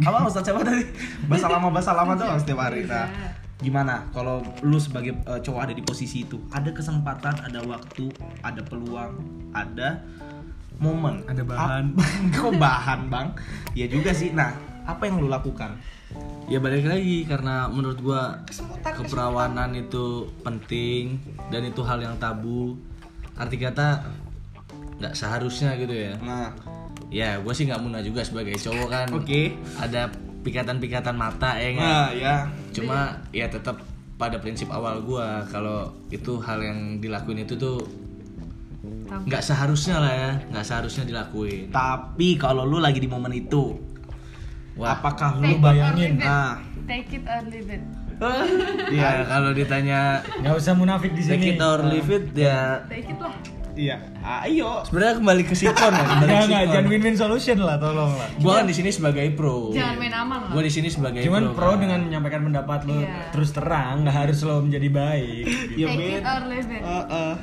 [SPEAKER 1] Apa Ustad siapa tadi? Bahasa lama bahasa lama tuh setiap hari. Nah,
[SPEAKER 2] Iya.
[SPEAKER 1] gimana kalau lu sebagai eh, cowok ada di posisi itu? Ada kesempatan, ada waktu, ada peluang, ada momen,
[SPEAKER 3] Ada bahan.
[SPEAKER 1] Ap- Kok bahan bang? Ya juga sih. Nah, apa yang lu lakukan?
[SPEAKER 4] Ya balik lagi karena menurut gua keperawanan itu penting dan itu hal yang tabu. Arti kata nggak seharusnya gitu ya.
[SPEAKER 1] Nah,
[SPEAKER 4] Ya, gue sih nggak muna juga sebagai cowok kan.
[SPEAKER 1] Oke.
[SPEAKER 4] Ada pikatan-pikatan mata ya nggak?
[SPEAKER 1] nah ya.
[SPEAKER 4] Cuma ya tetap pada prinsip awal gua kalau itu hal yang dilakuin itu tuh
[SPEAKER 2] Tabu.
[SPEAKER 4] nggak seharusnya lah ya, nggak seharusnya dilakuin.
[SPEAKER 1] Tapi kalau lu lagi di momen itu,
[SPEAKER 4] Wah,
[SPEAKER 1] apakah
[SPEAKER 2] Take
[SPEAKER 1] lu
[SPEAKER 2] it or
[SPEAKER 1] bayangin?
[SPEAKER 2] leave it.
[SPEAKER 1] Nah,
[SPEAKER 2] take it or leave it.
[SPEAKER 4] ya kalau ditanya
[SPEAKER 3] Nggak usah munafik Iya. di sini. Nah.
[SPEAKER 4] take it or leave it ya
[SPEAKER 2] Take it lah.
[SPEAKER 1] iya. Ayo.
[SPEAKER 4] sebenarnya kembali ke sikon ya, kembali
[SPEAKER 3] Nggak
[SPEAKER 4] ke
[SPEAKER 3] nggak,
[SPEAKER 4] sikon.
[SPEAKER 3] jangan win-win solution lah, tolong lah.
[SPEAKER 4] Gua kan di sini sebagai pro.
[SPEAKER 2] Jangan main aman lah.
[SPEAKER 4] iya. Gua di sini sebagai
[SPEAKER 3] Cuman pro
[SPEAKER 4] kan.
[SPEAKER 3] dengan menyampaikan pendapat lo
[SPEAKER 2] Iya.
[SPEAKER 3] terus terang, nggak harus lo menjadi baik.
[SPEAKER 1] Ya,
[SPEAKER 3] gitu.
[SPEAKER 1] eh.
[SPEAKER 2] Take
[SPEAKER 1] Ben.
[SPEAKER 2] it or leave it.
[SPEAKER 1] Heeh.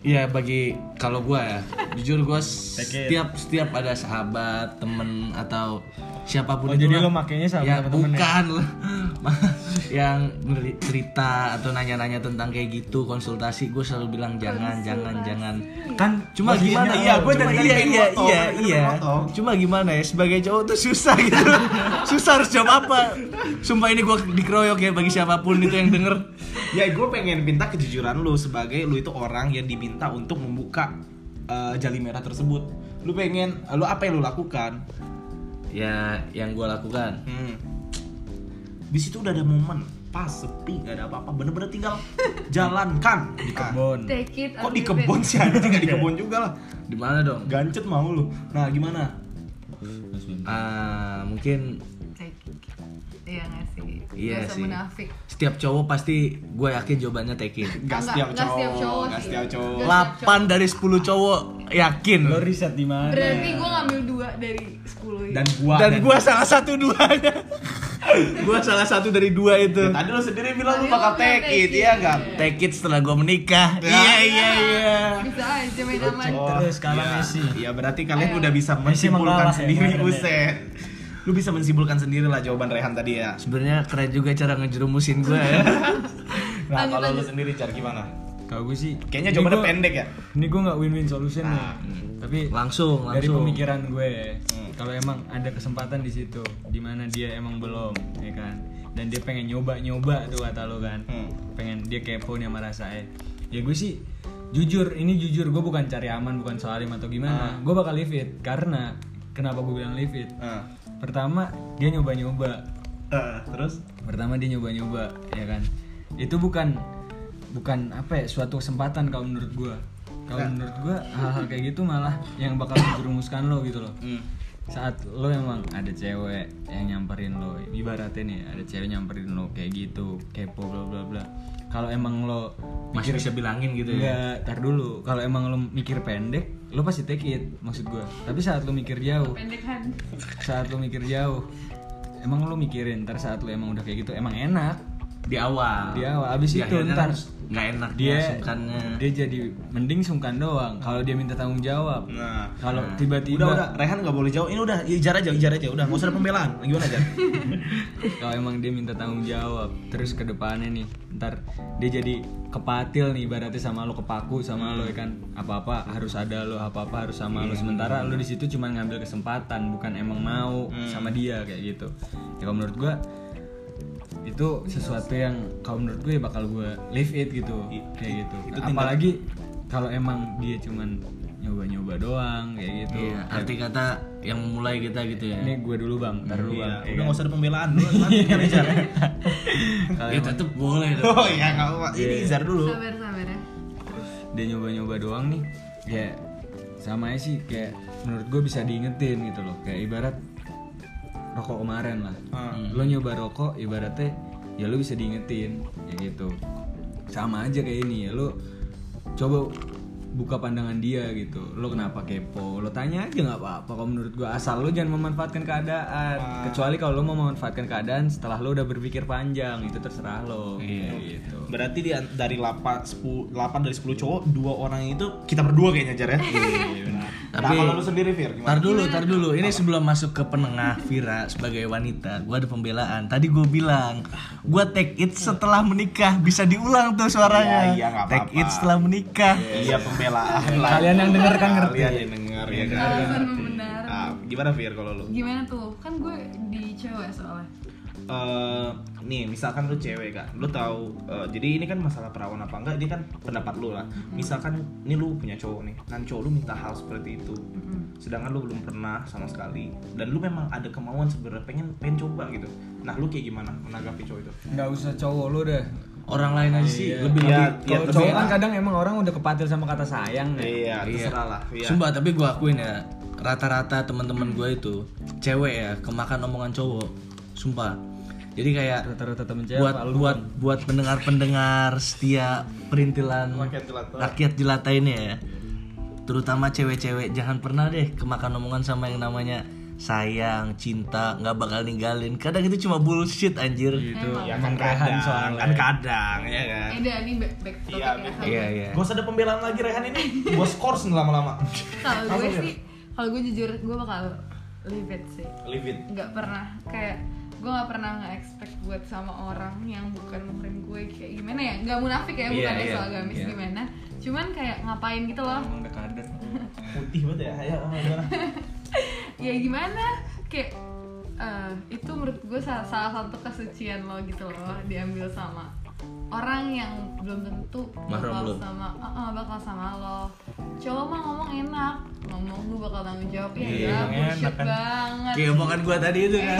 [SPEAKER 4] Iya bagi kalau gua ya, jujur gua
[SPEAKER 3] Take it.
[SPEAKER 4] setiap setiap ada sahabat, temen atau
[SPEAKER 3] Oh,
[SPEAKER 4] siapapun
[SPEAKER 3] jadi lo
[SPEAKER 4] itulah
[SPEAKER 3] makainya sama
[SPEAKER 4] ya,
[SPEAKER 3] temen-temen ya?
[SPEAKER 4] bukan lah. yang ngeri- cerita atau nanya-nanya tentang kayak gitu konsultasi gue selalu bilang jangan jangan jangan
[SPEAKER 3] Kan
[SPEAKER 4] cuma
[SPEAKER 3] posisinya
[SPEAKER 4] gimana
[SPEAKER 3] lo,
[SPEAKER 4] iya gue dari
[SPEAKER 3] cuma
[SPEAKER 4] iya
[SPEAKER 3] gini.
[SPEAKER 1] motong,
[SPEAKER 4] iya iya
[SPEAKER 1] kan
[SPEAKER 4] iya
[SPEAKER 1] pengen motong.
[SPEAKER 4] cuma gimana ya sebagai cowok tuh susah gitu susah harus jawab apa sumpah ini gue dikeroyok ya bagi siapapun itu yang denger
[SPEAKER 1] Ya gue pengen minta kejujuran lu sebagai lu itu orang yang diminta untuk membuka eh, jali merah tersebut. Lu pengen, eh, lu apa yang lu lakukan?
[SPEAKER 4] ya yang gue lakukan
[SPEAKER 1] Hmm. Di situ udah ada momen pas sepi gak ada apa-apa bener-bener tinggal jalankan di
[SPEAKER 3] Bon.
[SPEAKER 2] Take it
[SPEAKER 1] kok
[SPEAKER 2] or
[SPEAKER 1] di
[SPEAKER 2] leave it.
[SPEAKER 1] kebun sih ada juga di kebun juga lah
[SPEAKER 4] di mana dong
[SPEAKER 1] gancet mau lu nah gimana
[SPEAKER 4] Ah, mungkin
[SPEAKER 2] Take it. Iya nggak sih?
[SPEAKER 4] Iya
[SPEAKER 2] Nggak usah
[SPEAKER 4] sih.
[SPEAKER 2] munafik.
[SPEAKER 4] setiap cowok pasti gue yakin jawabannya take it.
[SPEAKER 1] Gak
[SPEAKER 2] Enggak,
[SPEAKER 1] setiap
[SPEAKER 2] nggak setiap cowok
[SPEAKER 1] cowok, gak
[SPEAKER 2] sih.
[SPEAKER 1] setiap cowok.
[SPEAKER 2] Nggak
[SPEAKER 4] 8 dari 10 cowok yakin.
[SPEAKER 3] Lo riset di mana?
[SPEAKER 2] Berarti gue ngambil dua dari sepuluh itu.
[SPEAKER 1] Dan gua
[SPEAKER 4] Dan
[SPEAKER 3] kan?
[SPEAKER 4] gue salah satu duanya. gue salah satu dari dua itu.
[SPEAKER 1] tadi lu sendiri bilang lu
[SPEAKER 2] Tadi lu
[SPEAKER 1] bakal
[SPEAKER 2] bilang
[SPEAKER 1] take
[SPEAKER 2] take
[SPEAKER 1] it,
[SPEAKER 2] it.
[SPEAKER 1] ya enggak?
[SPEAKER 4] Take it setelah gue menikah.
[SPEAKER 3] Ya.
[SPEAKER 4] Iya iya iya.
[SPEAKER 2] Bisa aja main aman.
[SPEAKER 3] Terus kalah Messi.
[SPEAKER 1] Ya berarti kalian
[SPEAKER 2] Ayo.
[SPEAKER 1] udah bisa
[SPEAKER 3] Messi
[SPEAKER 1] menyimpulkan
[SPEAKER 3] mengalah ya,
[SPEAKER 1] sendiri
[SPEAKER 3] kemarin ya.
[SPEAKER 1] Buset Lu bisa menyimpulkan sendiri lah jawaban Rehan tadi ya.
[SPEAKER 4] Sebenarnya keren juga cara ngejerumusin gue ya.
[SPEAKER 1] Nah,
[SPEAKER 2] Lanjut,
[SPEAKER 1] kalau lu
[SPEAKER 2] lanjut.
[SPEAKER 1] sendiri cara gimana?
[SPEAKER 3] Kalau gue sih,
[SPEAKER 1] Kayaknya
[SPEAKER 3] ini
[SPEAKER 1] jawabannya
[SPEAKER 3] gua-
[SPEAKER 1] pendek ya.
[SPEAKER 3] Ini gue nggak win-win solution nih.
[SPEAKER 1] Ah.
[SPEAKER 3] Tapi
[SPEAKER 4] Langsung
[SPEAKER 3] dari
[SPEAKER 4] langsung.
[SPEAKER 3] pemikiran gue, kalau emang ada kesempatan di situ, dimana dia emang belum, ya kan? Dan dia pengen nyoba-nyoba tuh kata lo kan,
[SPEAKER 1] Hmm.
[SPEAKER 3] pengen dia kepo nih sama rasanya. Ya gue sih jujur, ini jujur gue bukan cari aman, bukan soalim atau gimana. Gue bakal leave it karena kenapa gue bilang leave it?
[SPEAKER 1] Nah.
[SPEAKER 3] Pertama dia nyoba-nyoba,
[SPEAKER 1] Eh, terus
[SPEAKER 3] pertama dia nyoba-nyoba ya kan itu bukan bukan apa ya suatu kesempatan kalau menurut gua kalau menurut gua hal-hal kayak gitu malah yang bakal menjerumuskan lo gitu loh
[SPEAKER 1] hmm.
[SPEAKER 3] saat lo emang ada cewek yang nyamperin lo ibaratnya nih ada cewek nyamperin lo kayak gitu kepo bla bla bla kalau emang lo
[SPEAKER 4] Masih bisa bilangin gitu ya.
[SPEAKER 3] Enggak, tar dulu. Kalau emang lo mikir pendek, lo pasti take it, maksud gua. Tapi saat lo mikir jauh,
[SPEAKER 2] Pendekan.
[SPEAKER 3] saat lu mikir jauh emang lu mikirin ntar saat lu emang udah kayak gitu emang enak
[SPEAKER 4] di awal
[SPEAKER 3] Di awal, abis
[SPEAKER 4] Di
[SPEAKER 3] itu
[SPEAKER 4] akhirnya
[SPEAKER 3] ntar.
[SPEAKER 4] kan nggak enak
[SPEAKER 3] dia
[SPEAKER 4] sungkannya
[SPEAKER 3] dia jadi mending sungkan doang kalau dia minta tanggung jawab
[SPEAKER 1] Nah,
[SPEAKER 3] kalau
[SPEAKER 1] udah
[SPEAKER 4] Nah.
[SPEAKER 1] udah
[SPEAKER 3] tiba-tiba
[SPEAKER 1] Rehan nggak boleh jauh. Ini udah ijar aja, ijar aja. Udah nggak usah ada pembelaan. Gimana aja?
[SPEAKER 3] kalau emang dia minta tanggung jawab terus ke depannya nih ntar dia jadi kepatil nih ibaratnya sama lo kepaku sama lo ya kan apa apa harus ada lo apa apa harus sama
[SPEAKER 1] Iya.
[SPEAKER 3] lo sementara lo di situ cuma ngambil kesempatan bukan emang mau
[SPEAKER 1] Hmm.
[SPEAKER 3] sama dia kayak gitu ya kalau menurut gua itu sesuatu yang kalau menurut gue bakal gue live it gitu kayak gitu
[SPEAKER 1] itu tindak-
[SPEAKER 3] apalagi kalau emang dia cuman nyoba-nyoba doang kayak gitu
[SPEAKER 4] Iya, arti kata yang memulai kita gitu ya
[SPEAKER 3] ini gue dulu bang ntar dulu
[SPEAKER 1] Iya,
[SPEAKER 3] bang ya
[SPEAKER 1] udah
[SPEAKER 3] kan?
[SPEAKER 1] nggak usah ada pembelaan. Lu gimana Ijar aja?
[SPEAKER 4] ya tetap boleh dong
[SPEAKER 1] Oh iya nggak apa. Ini ijar dulu.
[SPEAKER 2] sabar sabar ya
[SPEAKER 3] dia nyoba-nyoba doang nih ya sama aja sih kayak menurut gue bisa diingetin gitu loh kayak ibarat rokok kemarin lah
[SPEAKER 1] Hmm.
[SPEAKER 3] lo nyoba rokok ibaratnya ya lo bisa diingetin ya gitu sama aja kayak ini ya lo coba buka pandangan dia gitu lo kenapa kepo lo tanya aja nggak apa-apa kalau menurut gue asal lo jangan memanfaatkan keadaan kecuali kalau lo mau memanfaatkan keadaan setelah lo udah berpikir panjang itu terserah lo iya. gitu
[SPEAKER 1] Berarti di, dari 8, 10, 8 dari 10 cowok, dua orang itu kita berdua kayaknya Jar ya. Nah,
[SPEAKER 4] Tapi-
[SPEAKER 1] kalau lu sendiri Fir gimana?
[SPEAKER 4] Tar dulu, tar dulu. Ini sebelum masuk ke penengah Vira sebagai wanita, gua ada pembelaan. Tadi gue bilang, gua take it setelah menikah. Bisa diulang tuh
[SPEAKER 1] Iya,
[SPEAKER 4] suaranya.
[SPEAKER 1] iya, nggak
[SPEAKER 4] take
[SPEAKER 1] apa-apa.
[SPEAKER 4] it setelah menikah.
[SPEAKER 1] Iya pembelaan lah.
[SPEAKER 3] Kalian yang denger kan ngerti.
[SPEAKER 1] Kalian yang denger ya kan.
[SPEAKER 2] alasan membenar
[SPEAKER 1] Ah, gimana Fir kalau lu?
[SPEAKER 2] gimana tuh kan gue di cewek soalnya
[SPEAKER 1] Eh, nih misalkan lu cewek kan lu tahu eh, jadi ini kan masalah perawan apa enggak ini kan pendapat lu lah misalkan ini lu punya cowok nih dan cowok lu minta hal seperti itu sedangkan lu belum pernah sama sekali dan lu memang ada kemauan sebenarnya pengen pengen coba gitu nah lu kayak gimana menanggapi cowok itu
[SPEAKER 3] nggak usah cowok lo deh
[SPEAKER 4] Orang lain
[SPEAKER 3] Nah,
[SPEAKER 4] aja sih lebih
[SPEAKER 1] Iya, iya,
[SPEAKER 3] Kalau
[SPEAKER 1] lebih
[SPEAKER 3] cowok kan
[SPEAKER 1] enak.
[SPEAKER 3] kadang emang orang udah kepatil sama kata sayang ya.
[SPEAKER 1] iya
[SPEAKER 4] Iya.
[SPEAKER 1] terserah lah iya.
[SPEAKER 4] Sumpah, tapi gua akuin ya, rata-rata teman-teman gue itu cewek ya, kemakan omongan cowok. Sumpah. Jadi kayak
[SPEAKER 3] Rata-rata temen cewek
[SPEAKER 4] buat
[SPEAKER 3] apa lu?
[SPEAKER 4] buat buat pendengar-pendengar setia perintilan
[SPEAKER 1] Rakyat jelata.
[SPEAKER 4] rakyat jelata ini ya. Terutama cewek-cewek jangan pernah deh kemakan omongan sama yang namanya sayang, cinta, nggak bakal ninggalin. Kadang itu cuma bullshit anjir.
[SPEAKER 3] gitu.
[SPEAKER 2] Emang. Iya,
[SPEAKER 1] ya kan
[SPEAKER 3] Rehan
[SPEAKER 1] kadang
[SPEAKER 3] soalnya.
[SPEAKER 1] kan kadang ya kan
[SPEAKER 2] eh dah ini back, back to
[SPEAKER 1] Iya,
[SPEAKER 2] topic
[SPEAKER 1] back
[SPEAKER 2] ya.
[SPEAKER 4] Iya, iya.
[SPEAKER 1] Gak usah ada pembelaan lagi Rehan ini Gua scores nih lama-lama
[SPEAKER 2] kalau gue sih kalau gue jujur gue bakal leave it sih
[SPEAKER 1] Leave it
[SPEAKER 2] nggak pernah kayak gue nggak pernah nggak expect buat sama orang yang bukan muhrim gue kayak gimana ya nggak munafik ya bukan
[SPEAKER 4] Iya, iya,
[SPEAKER 2] soal gamis
[SPEAKER 4] iya.
[SPEAKER 2] gimana cuman kayak ngapain gitu loh
[SPEAKER 3] Emang udah kader.
[SPEAKER 1] Putih banget ya Ayo gimana
[SPEAKER 2] ya gimana kayak eh, itu menurut gue salah, salah satu kesucian lo gitu loh diambil sama orang yang belum tentu
[SPEAKER 4] Mahram
[SPEAKER 2] bakal
[SPEAKER 4] lo.
[SPEAKER 2] sama eh, eh, bakal sama lo cowok mah ngomong enak ngomong gue bakal tanggung jawab
[SPEAKER 4] Iya,
[SPEAKER 2] ya yeah, bullshit banget
[SPEAKER 4] kan. Kayak omongan gua tadi itu kan.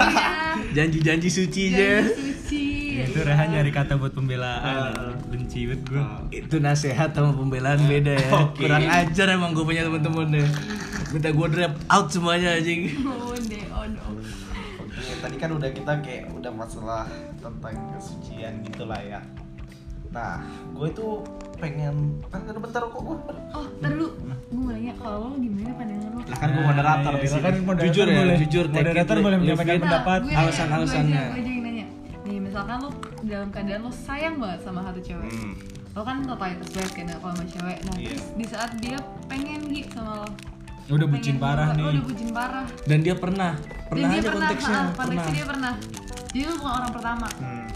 [SPEAKER 4] Janji-janji suci aja.
[SPEAKER 2] Iya, suci
[SPEAKER 3] Itu
[SPEAKER 4] Gitu,
[SPEAKER 3] Rehan nyari kata buat
[SPEAKER 1] Ah,
[SPEAKER 3] pembelaan. Benci banget gue.
[SPEAKER 4] Itu nasehat sama pembelaan beda ya.
[SPEAKER 1] Oke.
[SPEAKER 4] Kurang ajar emang gue punya temen-temen deh. Minta gue drop out semuanya anjing.
[SPEAKER 2] Oh, deh, oh, no.
[SPEAKER 1] Oke, tadi kan udah kita kayak udah masalah tentang kesucian gitulah ya. Nah, gue itu pengen ah, aduh, bentar kok gue.
[SPEAKER 2] Oh, ntar dulu. Gue mau nanya kalau lo gimana pandangan lo?
[SPEAKER 1] Lah kan gue moderator
[SPEAKER 3] Iya,
[SPEAKER 1] di sini.
[SPEAKER 4] Jujur ya, jujur, take it,
[SPEAKER 3] Moderator boleh
[SPEAKER 4] leave
[SPEAKER 3] menyampaikan
[SPEAKER 4] it.
[SPEAKER 3] pendapat.
[SPEAKER 2] Nggak, gue nanya, gue
[SPEAKER 4] alasan-
[SPEAKER 2] aja-
[SPEAKER 4] alasannya.
[SPEAKER 2] Gue aja yang nanya. Nih, misalkan lo dalam keadaan lo sayang banget sama satu cewek.
[SPEAKER 1] Hmm.
[SPEAKER 2] Lo kan totalitas banget kan kalau sama cewek. Nah,
[SPEAKER 1] Iya.
[SPEAKER 2] terus di saat dia pengen gitu sama lo.
[SPEAKER 3] Udah
[SPEAKER 2] pengen
[SPEAKER 3] bucin parah
[SPEAKER 2] nyoba,
[SPEAKER 3] nih.
[SPEAKER 2] lo Udah bucin parah.
[SPEAKER 4] Dan dia pernah, pernah
[SPEAKER 2] Dan dia
[SPEAKER 4] aja
[SPEAKER 2] pernah,
[SPEAKER 4] konteksnya.
[SPEAKER 2] ah, konteksnya dia pernah. Jadi lo bukan orang pertama.
[SPEAKER 1] Hmm.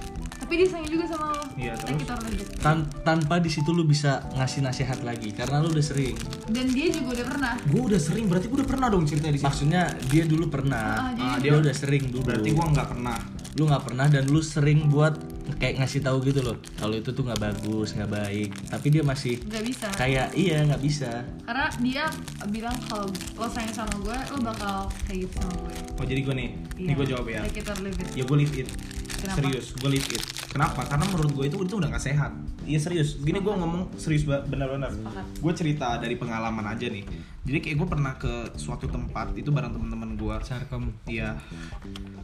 [SPEAKER 2] Tapi dia sayang juga sama lo.
[SPEAKER 1] Iya,
[SPEAKER 2] Nah,
[SPEAKER 1] terus?
[SPEAKER 2] kita harus lanjut.
[SPEAKER 4] Tan- tanpa di situ lu bisa ngasih nasihat lagi karena lu udah sering.
[SPEAKER 2] Dan dia juga udah pernah.
[SPEAKER 1] Gue udah sering, berarti gue udah pernah dong cerita di sini.
[SPEAKER 4] Maksudnya dia dulu pernah,
[SPEAKER 2] Ah, dia
[SPEAKER 4] Ah, dia, udah sering dulu.
[SPEAKER 1] Berarti gue nggak pernah.
[SPEAKER 4] lu nggak pernah dan lu sering buat kayak ngasih tahu gitu loh. Kalau itu tuh nggak bagus, nggak baik. Tapi dia masih
[SPEAKER 2] Gak bisa.
[SPEAKER 4] kayak iya nggak bisa.
[SPEAKER 2] karena dia bilang kalau lo sayang sama gue lo bakal kayak gitu sama gue
[SPEAKER 1] Oh jadi gue nih, ini
[SPEAKER 2] Iya.
[SPEAKER 1] gue jawab ya.
[SPEAKER 2] take it or leave it
[SPEAKER 1] Ya gue leave it.
[SPEAKER 2] Kenapa?
[SPEAKER 1] Serius, gue leave it. Kenapa? Karena menurut gue itu itu udah gak sehat. Iya serius. Gini gue ngomong serius ba- benar-benar.
[SPEAKER 2] Sepakat.
[SPEAKER 1] Gue cerita dari pengalaman aja nih. Jadi kayak gue pernah ke suatu tempat itu bareng teman-teman gue.
[SPEAKER 3] Sarkom.
[SPEAKER 1] Iya.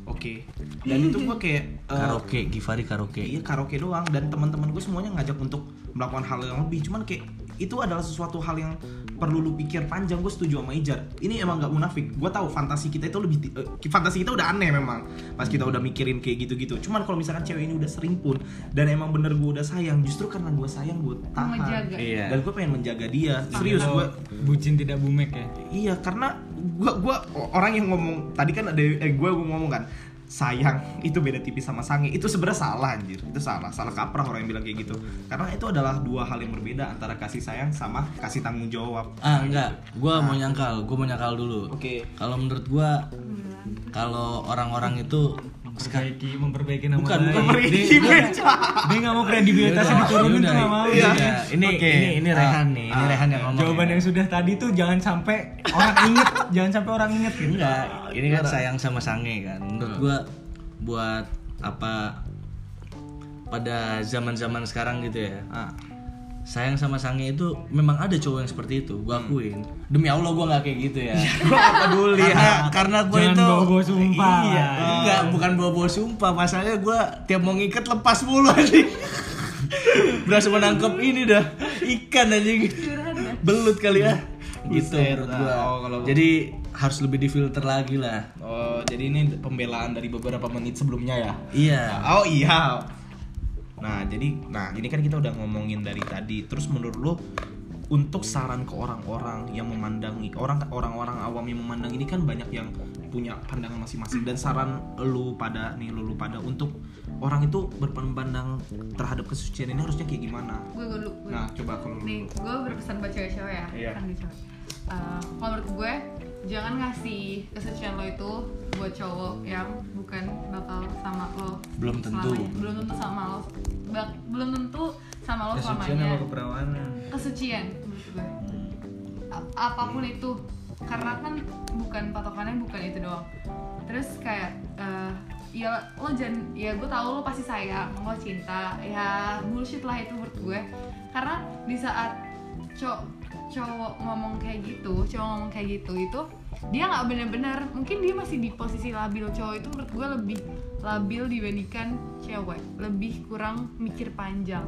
[SPEAKER 1] Oke. Dan itu gue kayak eh,
[SPEAKER 4] Karaoke, Givari karaoke.
[SPEAKER 1] iya karaoke doang dan teman-teman gue semuanya ngajak untuk melakukan hal yang lebih. Cuman kayak itu adalah sesuatu hal yang perlu lu pikir panjang gue setuju sama Ijar ini emang nggak munafik gue tahu fantasi kita itu lebih ti- eh, fantasi kita udah aneh memang pas kita udah mikirin kayak gitu-gitu cuman kalau misalkan cewek ini udah sering pun dan emang bener gue udah sayang justru karena gue sayang gue tahan
[SPEAKER 2] Menjaga.
[SPEAKER 3] Iya.
[SPEAKER 1] dan gue pengen menjaga dia serius
[SPEAKER 3] Kalau
[SPEAKER 1] gue
[SPEAKER 3] bucin tidak bumek ya.
[SPEAKER 1] Iya karena gua gua orang yang ngomong tadi kan ada eh gua, gua ngomong kan sayang itu beda tipis sama sange itu sebenarnya salah anjir itu salah salah kaprah orang yang bilang kayak gitu karena itu adalah dua hal yang berbeda antara kasih sayang sama kasih tanggung jawab
[SPEAKER 4] Ah enggak, gue mau nyangkal, gue mau nyangkal dulu.
[SPEAKER 1] Oke.
[SPEAKER 4] Kalau menurut gue, kalau orang-orang itu
[SPEAKER 3] Memperbaiki, memperbaiki nama
[SPEAKER 4] Bukan,
[SPEAKER 3] baik.
[SPEAKER 4] bukan
[SPEAKER 1] memperbaiki,
[SPEAKER 3] Dia-
[SPEAKER 1] Ben.
[SPEAKER 3] dia- Dia nggak mau kredibilitasnya
[SPEAKER 4] Yaudah,
[SPEAKER 3] diturunin tuh
[SPEAKER 4] yaudah,
[SPEAKER 3] nggak mau.
[SPEAKER 4] yaudah.
[SPEAKER 3] Iya.
[SPEAKER 4] Ini
[SPEAKER 1] Oke.
[SPEAKER 4] ini ini Rehan nih, ini
[SPEAKER 1] Ah,
[SPEAKER 4] Rehan yang ngomong.
[SPEAKER 3] Jawaban
[SPEAKER 4] ya.
[SPEAKER 3] yang sudah tadi tuh jangan sampai orang inget, jangan sampai orang inget gitu.
[SPEAKER 4] enggak, ini kan sayang sama sange kan. Menurut gue, buat apa pada zaman-zaman sekarang gitu ya.
[SPEAKER 1] Ah.
[SPEAKER 4] Sayang sama sange itu memang ada cowok yang seperti itu, gue akuin. Demi Allah gue nggak ya. kayak gitu ya.
[SPEAKER 1] gua gak peduli
[SPEAKER 4] karena karena gue
[SPEAKER 3] Jangan
[SPEAKER 4] itu
[SPEAKER 3] bawa-bawa sumpah.
[SPEAKER 4] iya
[SPEAKER 3] Oh.
[SPEAKER 4] enggak bukan bawa bawa sumpah masalahnya gue tiap mau ngikat lepas mulu anjing berasa menangkap ini dah ikan anjing belut kali ya gitu
[SPEAKER 1] Buset,
[SPEAKER 4] menurut
[SPEAKER 1] ah.
[SPEAKER 4] gua.
[SPEAKER 1] Oh, kalau-
[SPEAKER 4] jadi harus lebih difilter lagi lah
[SPEAKER 1] oh jadi ini pembelaan dari beberapa menit sebelumnya ya
[SPEAKER 4] iya
[SPEAKER 1] Oh iya. Nah, jadi nah ini kan kita udah ngomongin dari tadi. Terus menurut lo untuk saran ke orang-orang yang memandang orang orang-orang awam yang memandang ini kan banyak yang punya pandangan masing-masing dan saran lu pada nih lu, lu pada untuk orang itu berpandang terhadap kesucian ini harusnya kayak gimana?
[SPEAKER 2] Gue gue dulu. gua
[SPEAKER 1] Nah,
[SPEAKER 2] dulu.
[SPEAKER 1] coba kalau
[SPEAKER 2] Nih,
[SPEAKER 1] lu.
[SPEAKER 2] gue berpesan buat cewek-cewek ya.
[SPEAKER 1] Iya.
[SPEAKER 2] Kan di cewek. Eh, kalau menurut gue, jangan ngasih kesucian lo itu buat cowok yang bukan bakal sama lo.
[SPEAKER 4] Belum tentu.
[SPEAKER 2] selamanya. Belum tentu sama lo. Bak- belum tentu sama lo
[SPEAKER 3] Kesucian
[SPEAKER 2] selamanya.
[SPEAKER 3] sama keperawanan.
[SPEAKER 2] Kesucian. menurut gue. A- apapun itu, karena kan bukan patokannya bukan itu doang. Terus kayak eh, ya lo jangan ya gue tahu lo pasti sayang lo cinta ya bullshit lah itu menurut gue karena di saat cowok cowok ngomong kayak gitu cowok ngomong kayak gitu itu dia nggak bener-bener mungkin dia masih di posisi labil cowok itu menurut gue lebih labil dibandingkan cewek lebih kurang mikir panjang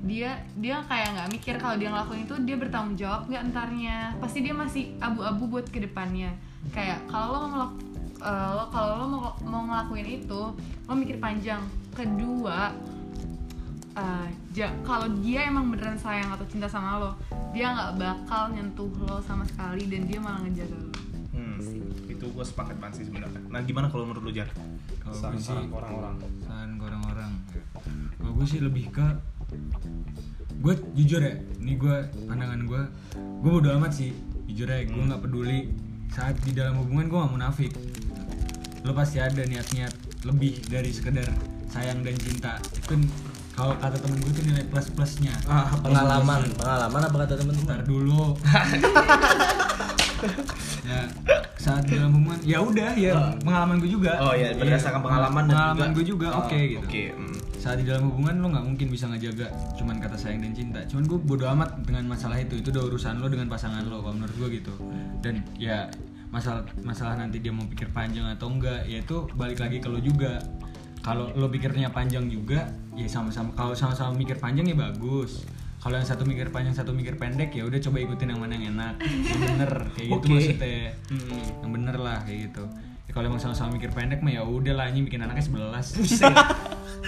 [SPEAKER 2] dia dia kayak nggak mikir kalau dia ngelakuin itu dia bertanggung jawab nggak entarnya pasti dia masih abu-abu buat kedepannya kayak kalau lo mau ngelak- eh, lo kalau lo mau, mau ngelakuin itu lo mikir panjang kedua eh, ja- kalau dia emang beneran sayang atau cinta sama lo dia nggak bakal nyentuh lo sama sekali dan dia malah ngejaga lo
[SPEAKER 1] Hmm, itu gue sepakat banget sih sebenarnya. Nah, gimana kalau menurut lu, Jar?
[SPEAKER 3] Kalau
[SPEAKER 1] Saran-
[SPEAKER 3] gue sih-
[SPEAKER 1] saran ke orang-orang.
[SPEAKER 3] saran ke orang-orang kalau gue sih lebih ke gue jujur ya ini gue pandangan gue gue bodo amat sih jujur ya
[SPEAKER 1] Hmm.
[SPEAKER 3] gue nggak peduli saat di dalam hubungan gue gak munafik lo pasti ada niat-niat lebih dari sekedar sayang dan cinta itu kan kalau kata temen gue itu nilai plus plusnya
[SPEAKER 1] Ah,
[SPEAKER 4] pengalaman pengalaman apa kata temen-temen
[SPEAKER 3] Ntar dulu. ya, saat dalam hubungan ya udah ya pengalaman gue juga.
[SPEAKER 1] Oh, iya, berdasarkan
[SPEAKER 3] Iya,
[SPEAKER 1] pengalaman dan
[SPEAKER 3] pengalaman
[SPEAKER 1] juga-
[SPEAKER 3] gue juga
[SPEAKER 1] Oh,
[SPEAKER 3] oke gitu.
[SPEAKER 1] oke, hmm.
[SPEAKER 3] Saat di dalam hubungan lo nggak mungkin bisa ngejaga cuman kata sayang dan cinta. Cuman gue bodo amat dengan masalah itu. Itu udah urusan lo dengan pasangan lo kalau menurut gue gitu. Dan ya masalah masalah nanti dia mau pikir panjang atau enggak ya itu balik lagi ke lo juga kalau lo pikirnya panjang juga ya sama-sama kalau sama-sama mikir panjang ya bagus kalau yang satu mikir panjang satu mikir pendek ya udah coba ikutin yang mana yang enak yang bener kayak gitu
[SPEAKER 1] Oke.
[SPEAKER 3] maksudnya
[SPEAKER 1] Hmm.
[SPEAKER 3] yang bener lah kayak gitu Ya, kalau emang sama-sama mikir pendek mah ya udah lah ini bikin anaknya sebelas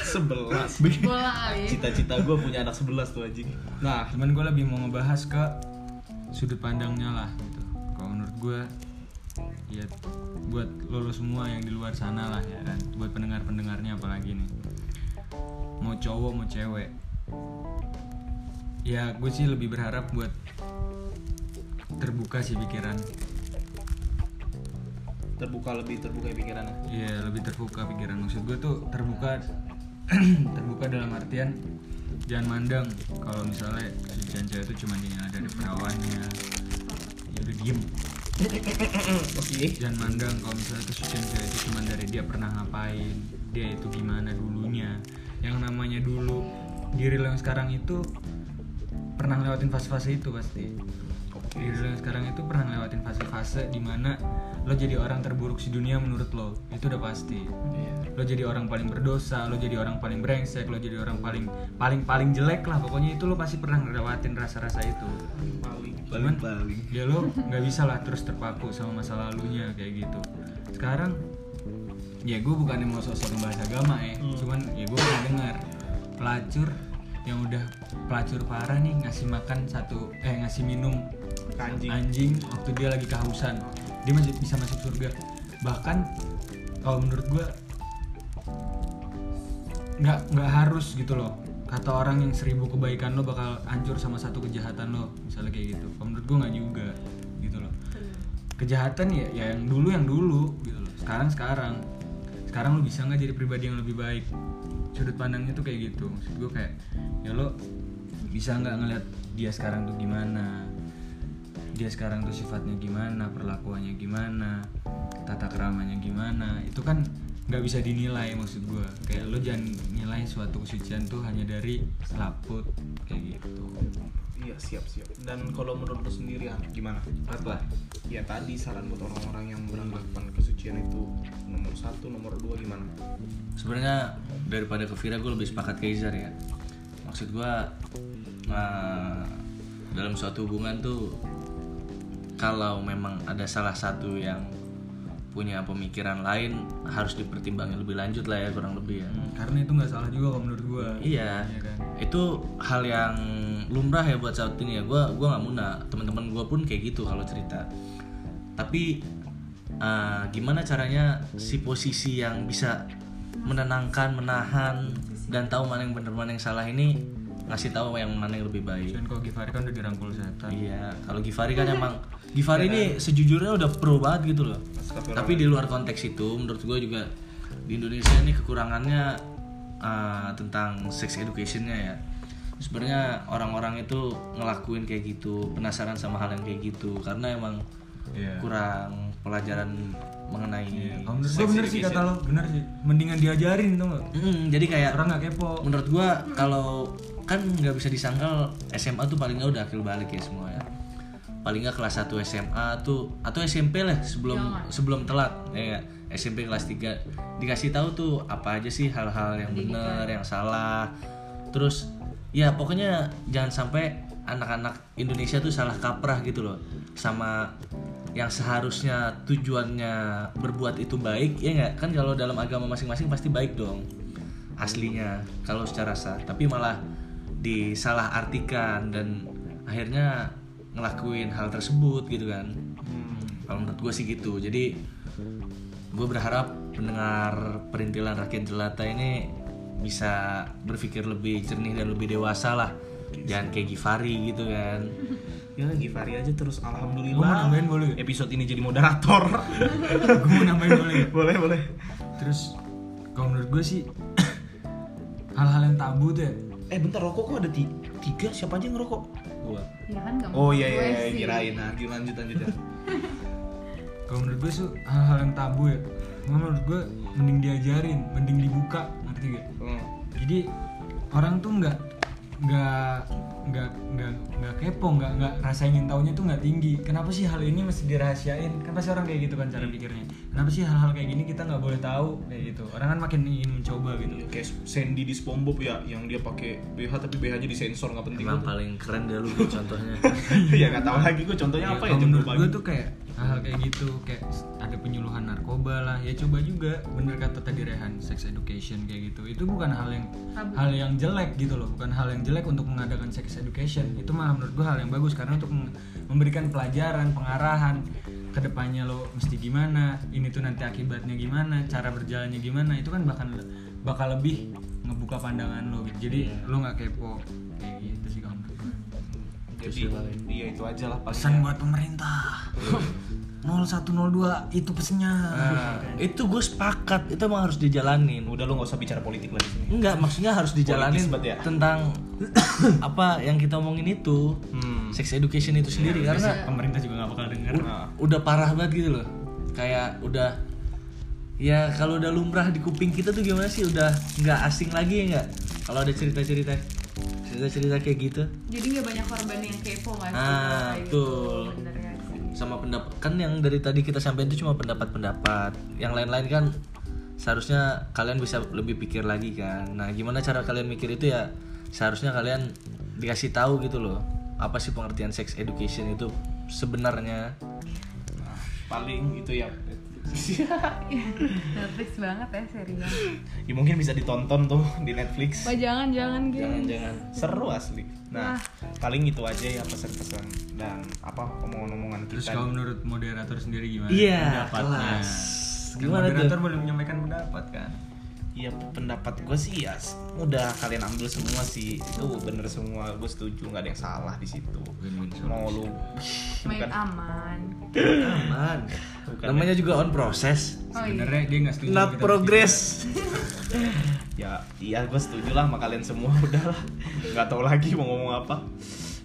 [SPEAKER 1] Sebelas.
[SPEAKER 2] bola kali
[SPEAKER 1] Cita-cita gue punya anak sebelas tuh anjing.
[SPEAKER 3] nah cuman gue lebih mau ngebahas ke sudut pandangnya lah gitu kalau menurut gue ya buat lo lo semua yang di luar sana lah ya kan buat pendengar pendengarnya apalagi nih mau cowok mau cewek ya gue sih lebih berharap buat terbuka sih pikiran
[SPEAKER 1] terbuka lebih terbuka ya pikirannya
[SPEAKER 3] Iya lebih terbuka pikiran maksud gue tuh terbuka terbuka dalam artian jangan mandang kalau misalnya kesucian cewek itu cuma dinilai dari perawannya ya udah diem
[SPEAKER 1] oke
[SPEAKER 3] jangan mandang kalau misalnya kesucian cewek itu cuma dari dia pernah ngapain dia itu gimana dulunya yang namanya dulu diri lo yang sekarang itu pernah lewatin fase-fase itu pasti
[SPEAKER 1] oke
[SPEAKER 3] diri lo yang sekarang itu pernah lewatin fase-fase fase dimana lo jadi orang terburuk di dunia menurut lo itu udah pasti
[SPEAKER 1] Iya.
[SPEAKER 3] lo jadi orang paling berdosa lo jadi orang paling brengsek lo jadi orang paling paling paling jelek lah pokoknya itu lo pasti pernah ngelewatin rasa-rasa itu
[SPEAKER 1] paling
[SPEAKER 3] paling paling ya lo nggak bisa lah terus terpaku sama masa lalunya kayak gitu sekarang ya gue bukannya mau sosok ngebahas agama ya cuman ya gue pernah dengar pelacur yang udah pelacur parah nih ngasih makan satu eh ngasih minum
[SPEAKER 1] anjing
[SPEAKER 3] anjing waktu dia lagi kehausan dia masih bisa masuk surga bahkan kalau menurut gue nggak nggak harus gitu loh kata orang yang seribu kebaikan lo bakal hancur sama satu kejahatan lo misalnya kayak gitu kalau menurut gue nggak juga gitu loh kejahatan ya, ya yang dulu yang dulu gitu loh sekarang sekarang sekarang lo bisa nggak jadi pribadi yang lebih baik sudut pandangnya tuh kayak gitu maksud gue kayak ya lo bisa nggak ngeliat dia sekarang tuh gimana dia sekarang tuh sifatnya gimana perlakuannya gimana tata keramanya gimana itu kan nggak bisa dinilai maksud gue kayak lo jangan nilai suatu kesucian tuh hanya dari selaput kayak gitu
[SPEAKER 1] iya siap siap dan kalau menurut lu sendiri Han, gimana
[SPEAKER 3] apa
[SPEAKER 1] ya tadi saran buat orang-orang yang beranggapan kesucian itu nomor satu nomor dua gimana
[SPEAKER 4] sebenarnya daripada ke Vira gue lebih sepakat ke Izar ya maksud gue nah, dalam suatu hubungan tuh kalau memang ada salah satu yang punya pemikiran lain harus dipertimbangin lebih lanjut lah ya kurang lebih ya
[SPEAKER 3] Hmm, karena itu nggak salah juga kalau menurut gue
[SPEAKER 4] iya itu hal yang lumrah ya buat saat ini ya gue gua nggak muna teman-teman gue pun kayak gitu kalau cerita tapi eh, gimana caranya si posisi yang bisa menenangkan menahan dan tahu mana yang benar mana yang salah ini ngasih tahu yang mana yang lebih baik
[SPEAKER 3] dan kalau Givari kan udah dirangkul setan
[SPEAKER 4] Iya, kalau Givari kan emang Givari ini sejujurnya udah pro banget gitu loh.
[SPEAKER 1] Astagfirullah.
[SPEAKER 4] Tapi di luar konteks itu, menurut gue juga di Indonesia ini kekurangannya eh, tentang sex educationnya ya. Sebenarnya orang-orang itu ngelakuin kayak gitu, penasaran sama hal yang kayak gitu, karena emang
[SPEAKER 3] Iya.
[SPEAKER 4] kurang pelajaran mengenai.
[SPEAKER 3] Kalau menurut gue Oh, bener sih kata lo bener sih mendingan diajarin tuh nggak
[SPEAKER 4] Mm, jadi kayak
[SPEAKER 3] orang nggak kepo
[SPEAKER 4] menurut gua kalau kan nggak bisa disangkal SMA tuh paling nggak udah akil balik ya semua ya paling nggak kelas 1 SMA tuh atau SMP lah sebelum sebelum telat ya nggak? SMP kelas 3 dikasih tahu tuh apa aja sih hal-hal yang benar yang salah terus ya pokoknya jangan sampai anak-anak Indonesia tuh salah kaprah gitu loh sama yang seharusnya tujuannya berbuat itu baik ya nggak kan kalau dalam agama masing-masing pasti baik dong aslinya kalau secara sah tapi malah disalahartikan dan akhirnya ngelakuin hal tersebut gitu kan
[SPEAKER 1] Hmm.
[SPEAKER 4] kalau menurut gue sih gitu jadi gue berharap pendengar perintilan rakyat jelata ini bisa berpikir lebih jernih dan lebih dewasa lah jangan kayak Givari gitu kan
[SPEAKER 1] ya Givari aja terus alhamdulillah
[SPEAKER 3] Gua mau nambahin boleh nggak?
[SPEAKER 1] episode ini jadi moderator
[SPEAKER 3] gue mau nambahin boleh nggak?
[SPEAKER 1] boleh boleh
[SPEAKER 3] terus kalau menurut gue sih hal-hal yang tabu tuh ya
[SPEAKER 1] eh bentar rokok kok ada ti- tiga siapa aja yang ngerokok gua
[SPEAKER 2] ya kan nggak
[SPEAKER 1] oh iya
[SPEAKER 2] gue
[SPEAKER 1] iya, iya
[SPEAKER 2] sih.
[SPEAKER 1] kirain lanjut lanjut lanjut ya
[SPEAKER 3] kalau menurut gue sih hal-hal yang tabu ya Cuma menurut gue mending diajarin mending dibuka ngerti gak
[SPEAKER 1] Hmm.
[SPEAKER 3] jadi orang tuh nggak nggak nggak nggak nggak kepo nggak nggak rasa ingin tahunya tuh nggak tinggi kenapa sih hal ini mesti dirahasiain kan pasti orang kayak gitu kan cara pikirnya kenapa sih hal-hal kayak gini kita nggak boleh tahu kayak gitu orang kan makin ingin mencoba gitu
[SPEAKER 1] Iya, kayak Sandy di SpongeBob ya yang dia pakai BH tapi BH-nya disensor nggak penting
[SPEAKER 4] emang paling keren dah lu contohnya
[SPEAKER 1] ya nggak tahu lagi gua contohnya apa ya
[SPEAKER 3] Iya, kalau
[SPEAKER 1] jam 2
[SPEAKER 3] menurut gue
[SPEAKER 1] pagi.
[SPEAKER 3] tuh kayak hal kayak gitu kayak ada penyuluhan narkoba lah ya coba juga bener kata tadi Rehan sex education kayak gitu itu bukan hal yang
[SPEAKER 2] Tabu.
[SPEAKER 3] hal yang jelek gitu loh bukan hal yang jelek untuk mengadakan sex education itu malah menurut gue hal yang bagus karena untuk meng- memberikan pelajaran pengarahan kedepannya lo mesti gimana ini tuh nanti akibatnya gimana cara berjalannya gimana itu kan bahkan bakal lebih ngebuka pandangan lo gitu jadi
[SPEAKER 1] Iya.
[SPEAKER 3] lo nggak kepo kayak gitu sih kalau menurut gue
[SPEAKER 1] jadi iya itu aja lah paling
[SPEAKER 3] pesan buat pemerintah 0102 itu pesennya Eh,
[SPEAKER 4] itu gue sepakat itu emang harus dijalanin
[SPEAKER 1] udah lu nggak usah bicara politik lagi sini
[SPEAKER 4] Enggak, maksudnya harus dijalanin
[SPEAKER 1] Politis banget ya?
[SPEAKER 4] tentang apa yang kita omongin itu.
[SPEAKER 1] Hmm.
[SPEAKER 4] Sex education itu sendiri karena
[SPEAKER 3] pemerintah juga nggak bakal denger
[SPEAKER 1] Nah,
[SPEAKER 4] udah parah banget gitu loh. Kayak udah ya kalau udah lumrah di kuping kita tuh gimana sih udah nggak asing lagi ya nggak kalau ada cerita-cerita cerita-cerita kayak gitu
[SPEAKER 2] jadi nggak banyak korban yang kepo nggak sih
[SPEAKER 4] Ah,
[SPEAKER 2] Kayak gitu.
[SPEAKER 4] betul.
[SPEAKER 2] bener nggak sih?
[SPEAKER 4] sama pendapat kan yang dari tadi kita sampaikan itu cuma pendapat-pendapat yang lain-lain kan seharusnya kalian bisa lebih pikir lagi kan nah gimana cara kalian mikir itu ya seharusnya kalian dikasih tahu gitu loh apa sih pengertian sex education itu sebenarnya
[SPEAKER 1] Nah, paling itu ya
[SPEAKER 2] Netflix banget ya serinya.
[SPEAKER 1] Ya, mungkin bisa ditonton tuh di Netflix
[SPEAKER 5] Wah jangan jangan guys.
[SPEAKER 4] jangan-jangan
[SPEAKER 1] seru asli nah
[SPEAKER 5] Wah.
[SPEAKER 1] paling itu aja ya pesan-pesan dan apa omongan-omongan
[SPEAKER 3] Terus
[SPEAKER 1] kita
[SPEAKER 3] kalau menurut moderator sendiri gimana?
[SPEAKER 4] Iya,
[SPEAKER 3] Nah, Pendapatnya.
[SPEAKER 4] kelas.
[SPEAKER 3] Kan
[SPEAKER 4] Gimana tuh?
[SPEAKER 3] moderator boleh menyampaikan pendapat kan?
[SPEAKER 1] Iya pendapat gue sih ya s- udah kalian ambil semua sih itu bener semua gue setuju nggak ada yang salah di situ
[SPEAKER 3] Win-win
[SPEAKER 1] mau lu
[SPEAKER 2] Main
[SPEAKER 1] bukan
[SPEAKER 2] aman.
[SPEAKER 4] aman
[SPEAKER 1] Bukan.
[SPEAKER 4] namanya juga on process
[SPEAKER 2] Oh iya.
[SPEAKER 3] Sebenarnya dia nggak setuju.
[SPEAKER 4] not
[SPEAKER 3] kita
[SPEAKER 4] progress
[SPEAKER 1] ya iya gue setuju lah sama kalian semua udahlah nggak tahu lagi mau ngomong apa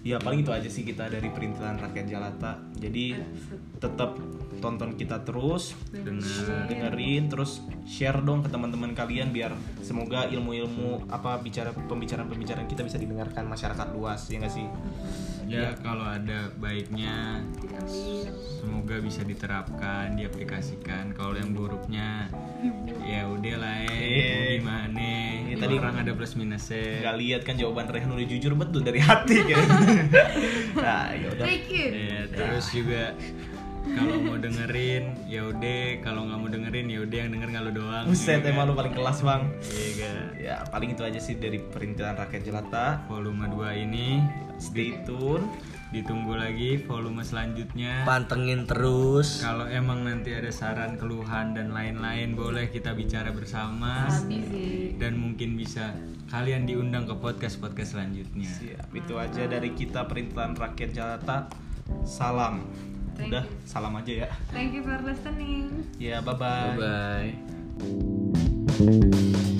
[SPEAKER 1] ya paling itu aja sih kita dari perintilan rakyat Jalata
[SPEAKER 3] iya.
[SPEAKER 1] jadi tetap tonton kita terus
[SPEAKER 3] bikin Dengar.
[SPEAKER 1] dengerin terus share dong ke teman-teman kalian biar semoga ilmu-ilmu apa bicara pembicaraan-pembicaraan kita bisa didengarkan masyarakat luas ya nggak sih
[SPEAKER 3] Ya kalau ada baiknya semoga bisa diterapkan, diaplikasikan. Kalau yang buruknya ya udah lah
[SPEAKER 1] Iya.
[SPEAKER 3] eh mau gimana.
[SPEAKER 1] Iya,
[SPEAKER 3] Ini
[SPEAKER 1] tadi-
[SPEAKER 3] orang ada plus minusnya.
[SPEAKER 1] nggak lihat kan jawaban Rehan udah jujur betul dari hati kan nah yaudah
[SPEAKER 2] Thank you.
[SPEAKER 1] Iya.
[SPEAKER 3] Ya, terus juga kalau mau dengerin ya udah, kalau nggak mau dengerin ya udah yang denger nggak lu doang.
[SPEAKER 1] Buset
[SPEAKER 3] ya
[SPEAKER 1] emang lu
[SPEAKER 3] kan?
[SPEAKER 1] paling kelas bang
[SPEAKER 3] Iya kan?
[SPEAKER 1] Ya paling itu aja sih dari perintilan rakyat jelata
[SPEAKER 3] Volume 2 ini
[SPEAKER 1] Stay tune
[SPEAKER 3] ditunggu lagi volume selanjutnya.
[SPEAKER 4] pantengin terus
[SPEAKER 3] Kalau emang nanti ada saran, keluhan dan lain-lain boleh kita bicara bersama
[SPEAKER 2] Habis sih.
[SPEAKER 3] dan mungkin bisa kalian diundang ke podcast-podcast selanjutnya.
[SPEAKER 1] Siap, Itu aja dari kita perintilan rakyat jelata Salam
[SPEAKER 2] Thank
[SPEAKER 1] Udah
[SPEAKER 2] you.
[SPEAKER 1] salam aja ya
[SPEAKER 3] Nah.
[SPEAKER 2] Thank you for listening.
[SPEAKER 1] Ya bye-bye
[SPEAKER 4] bye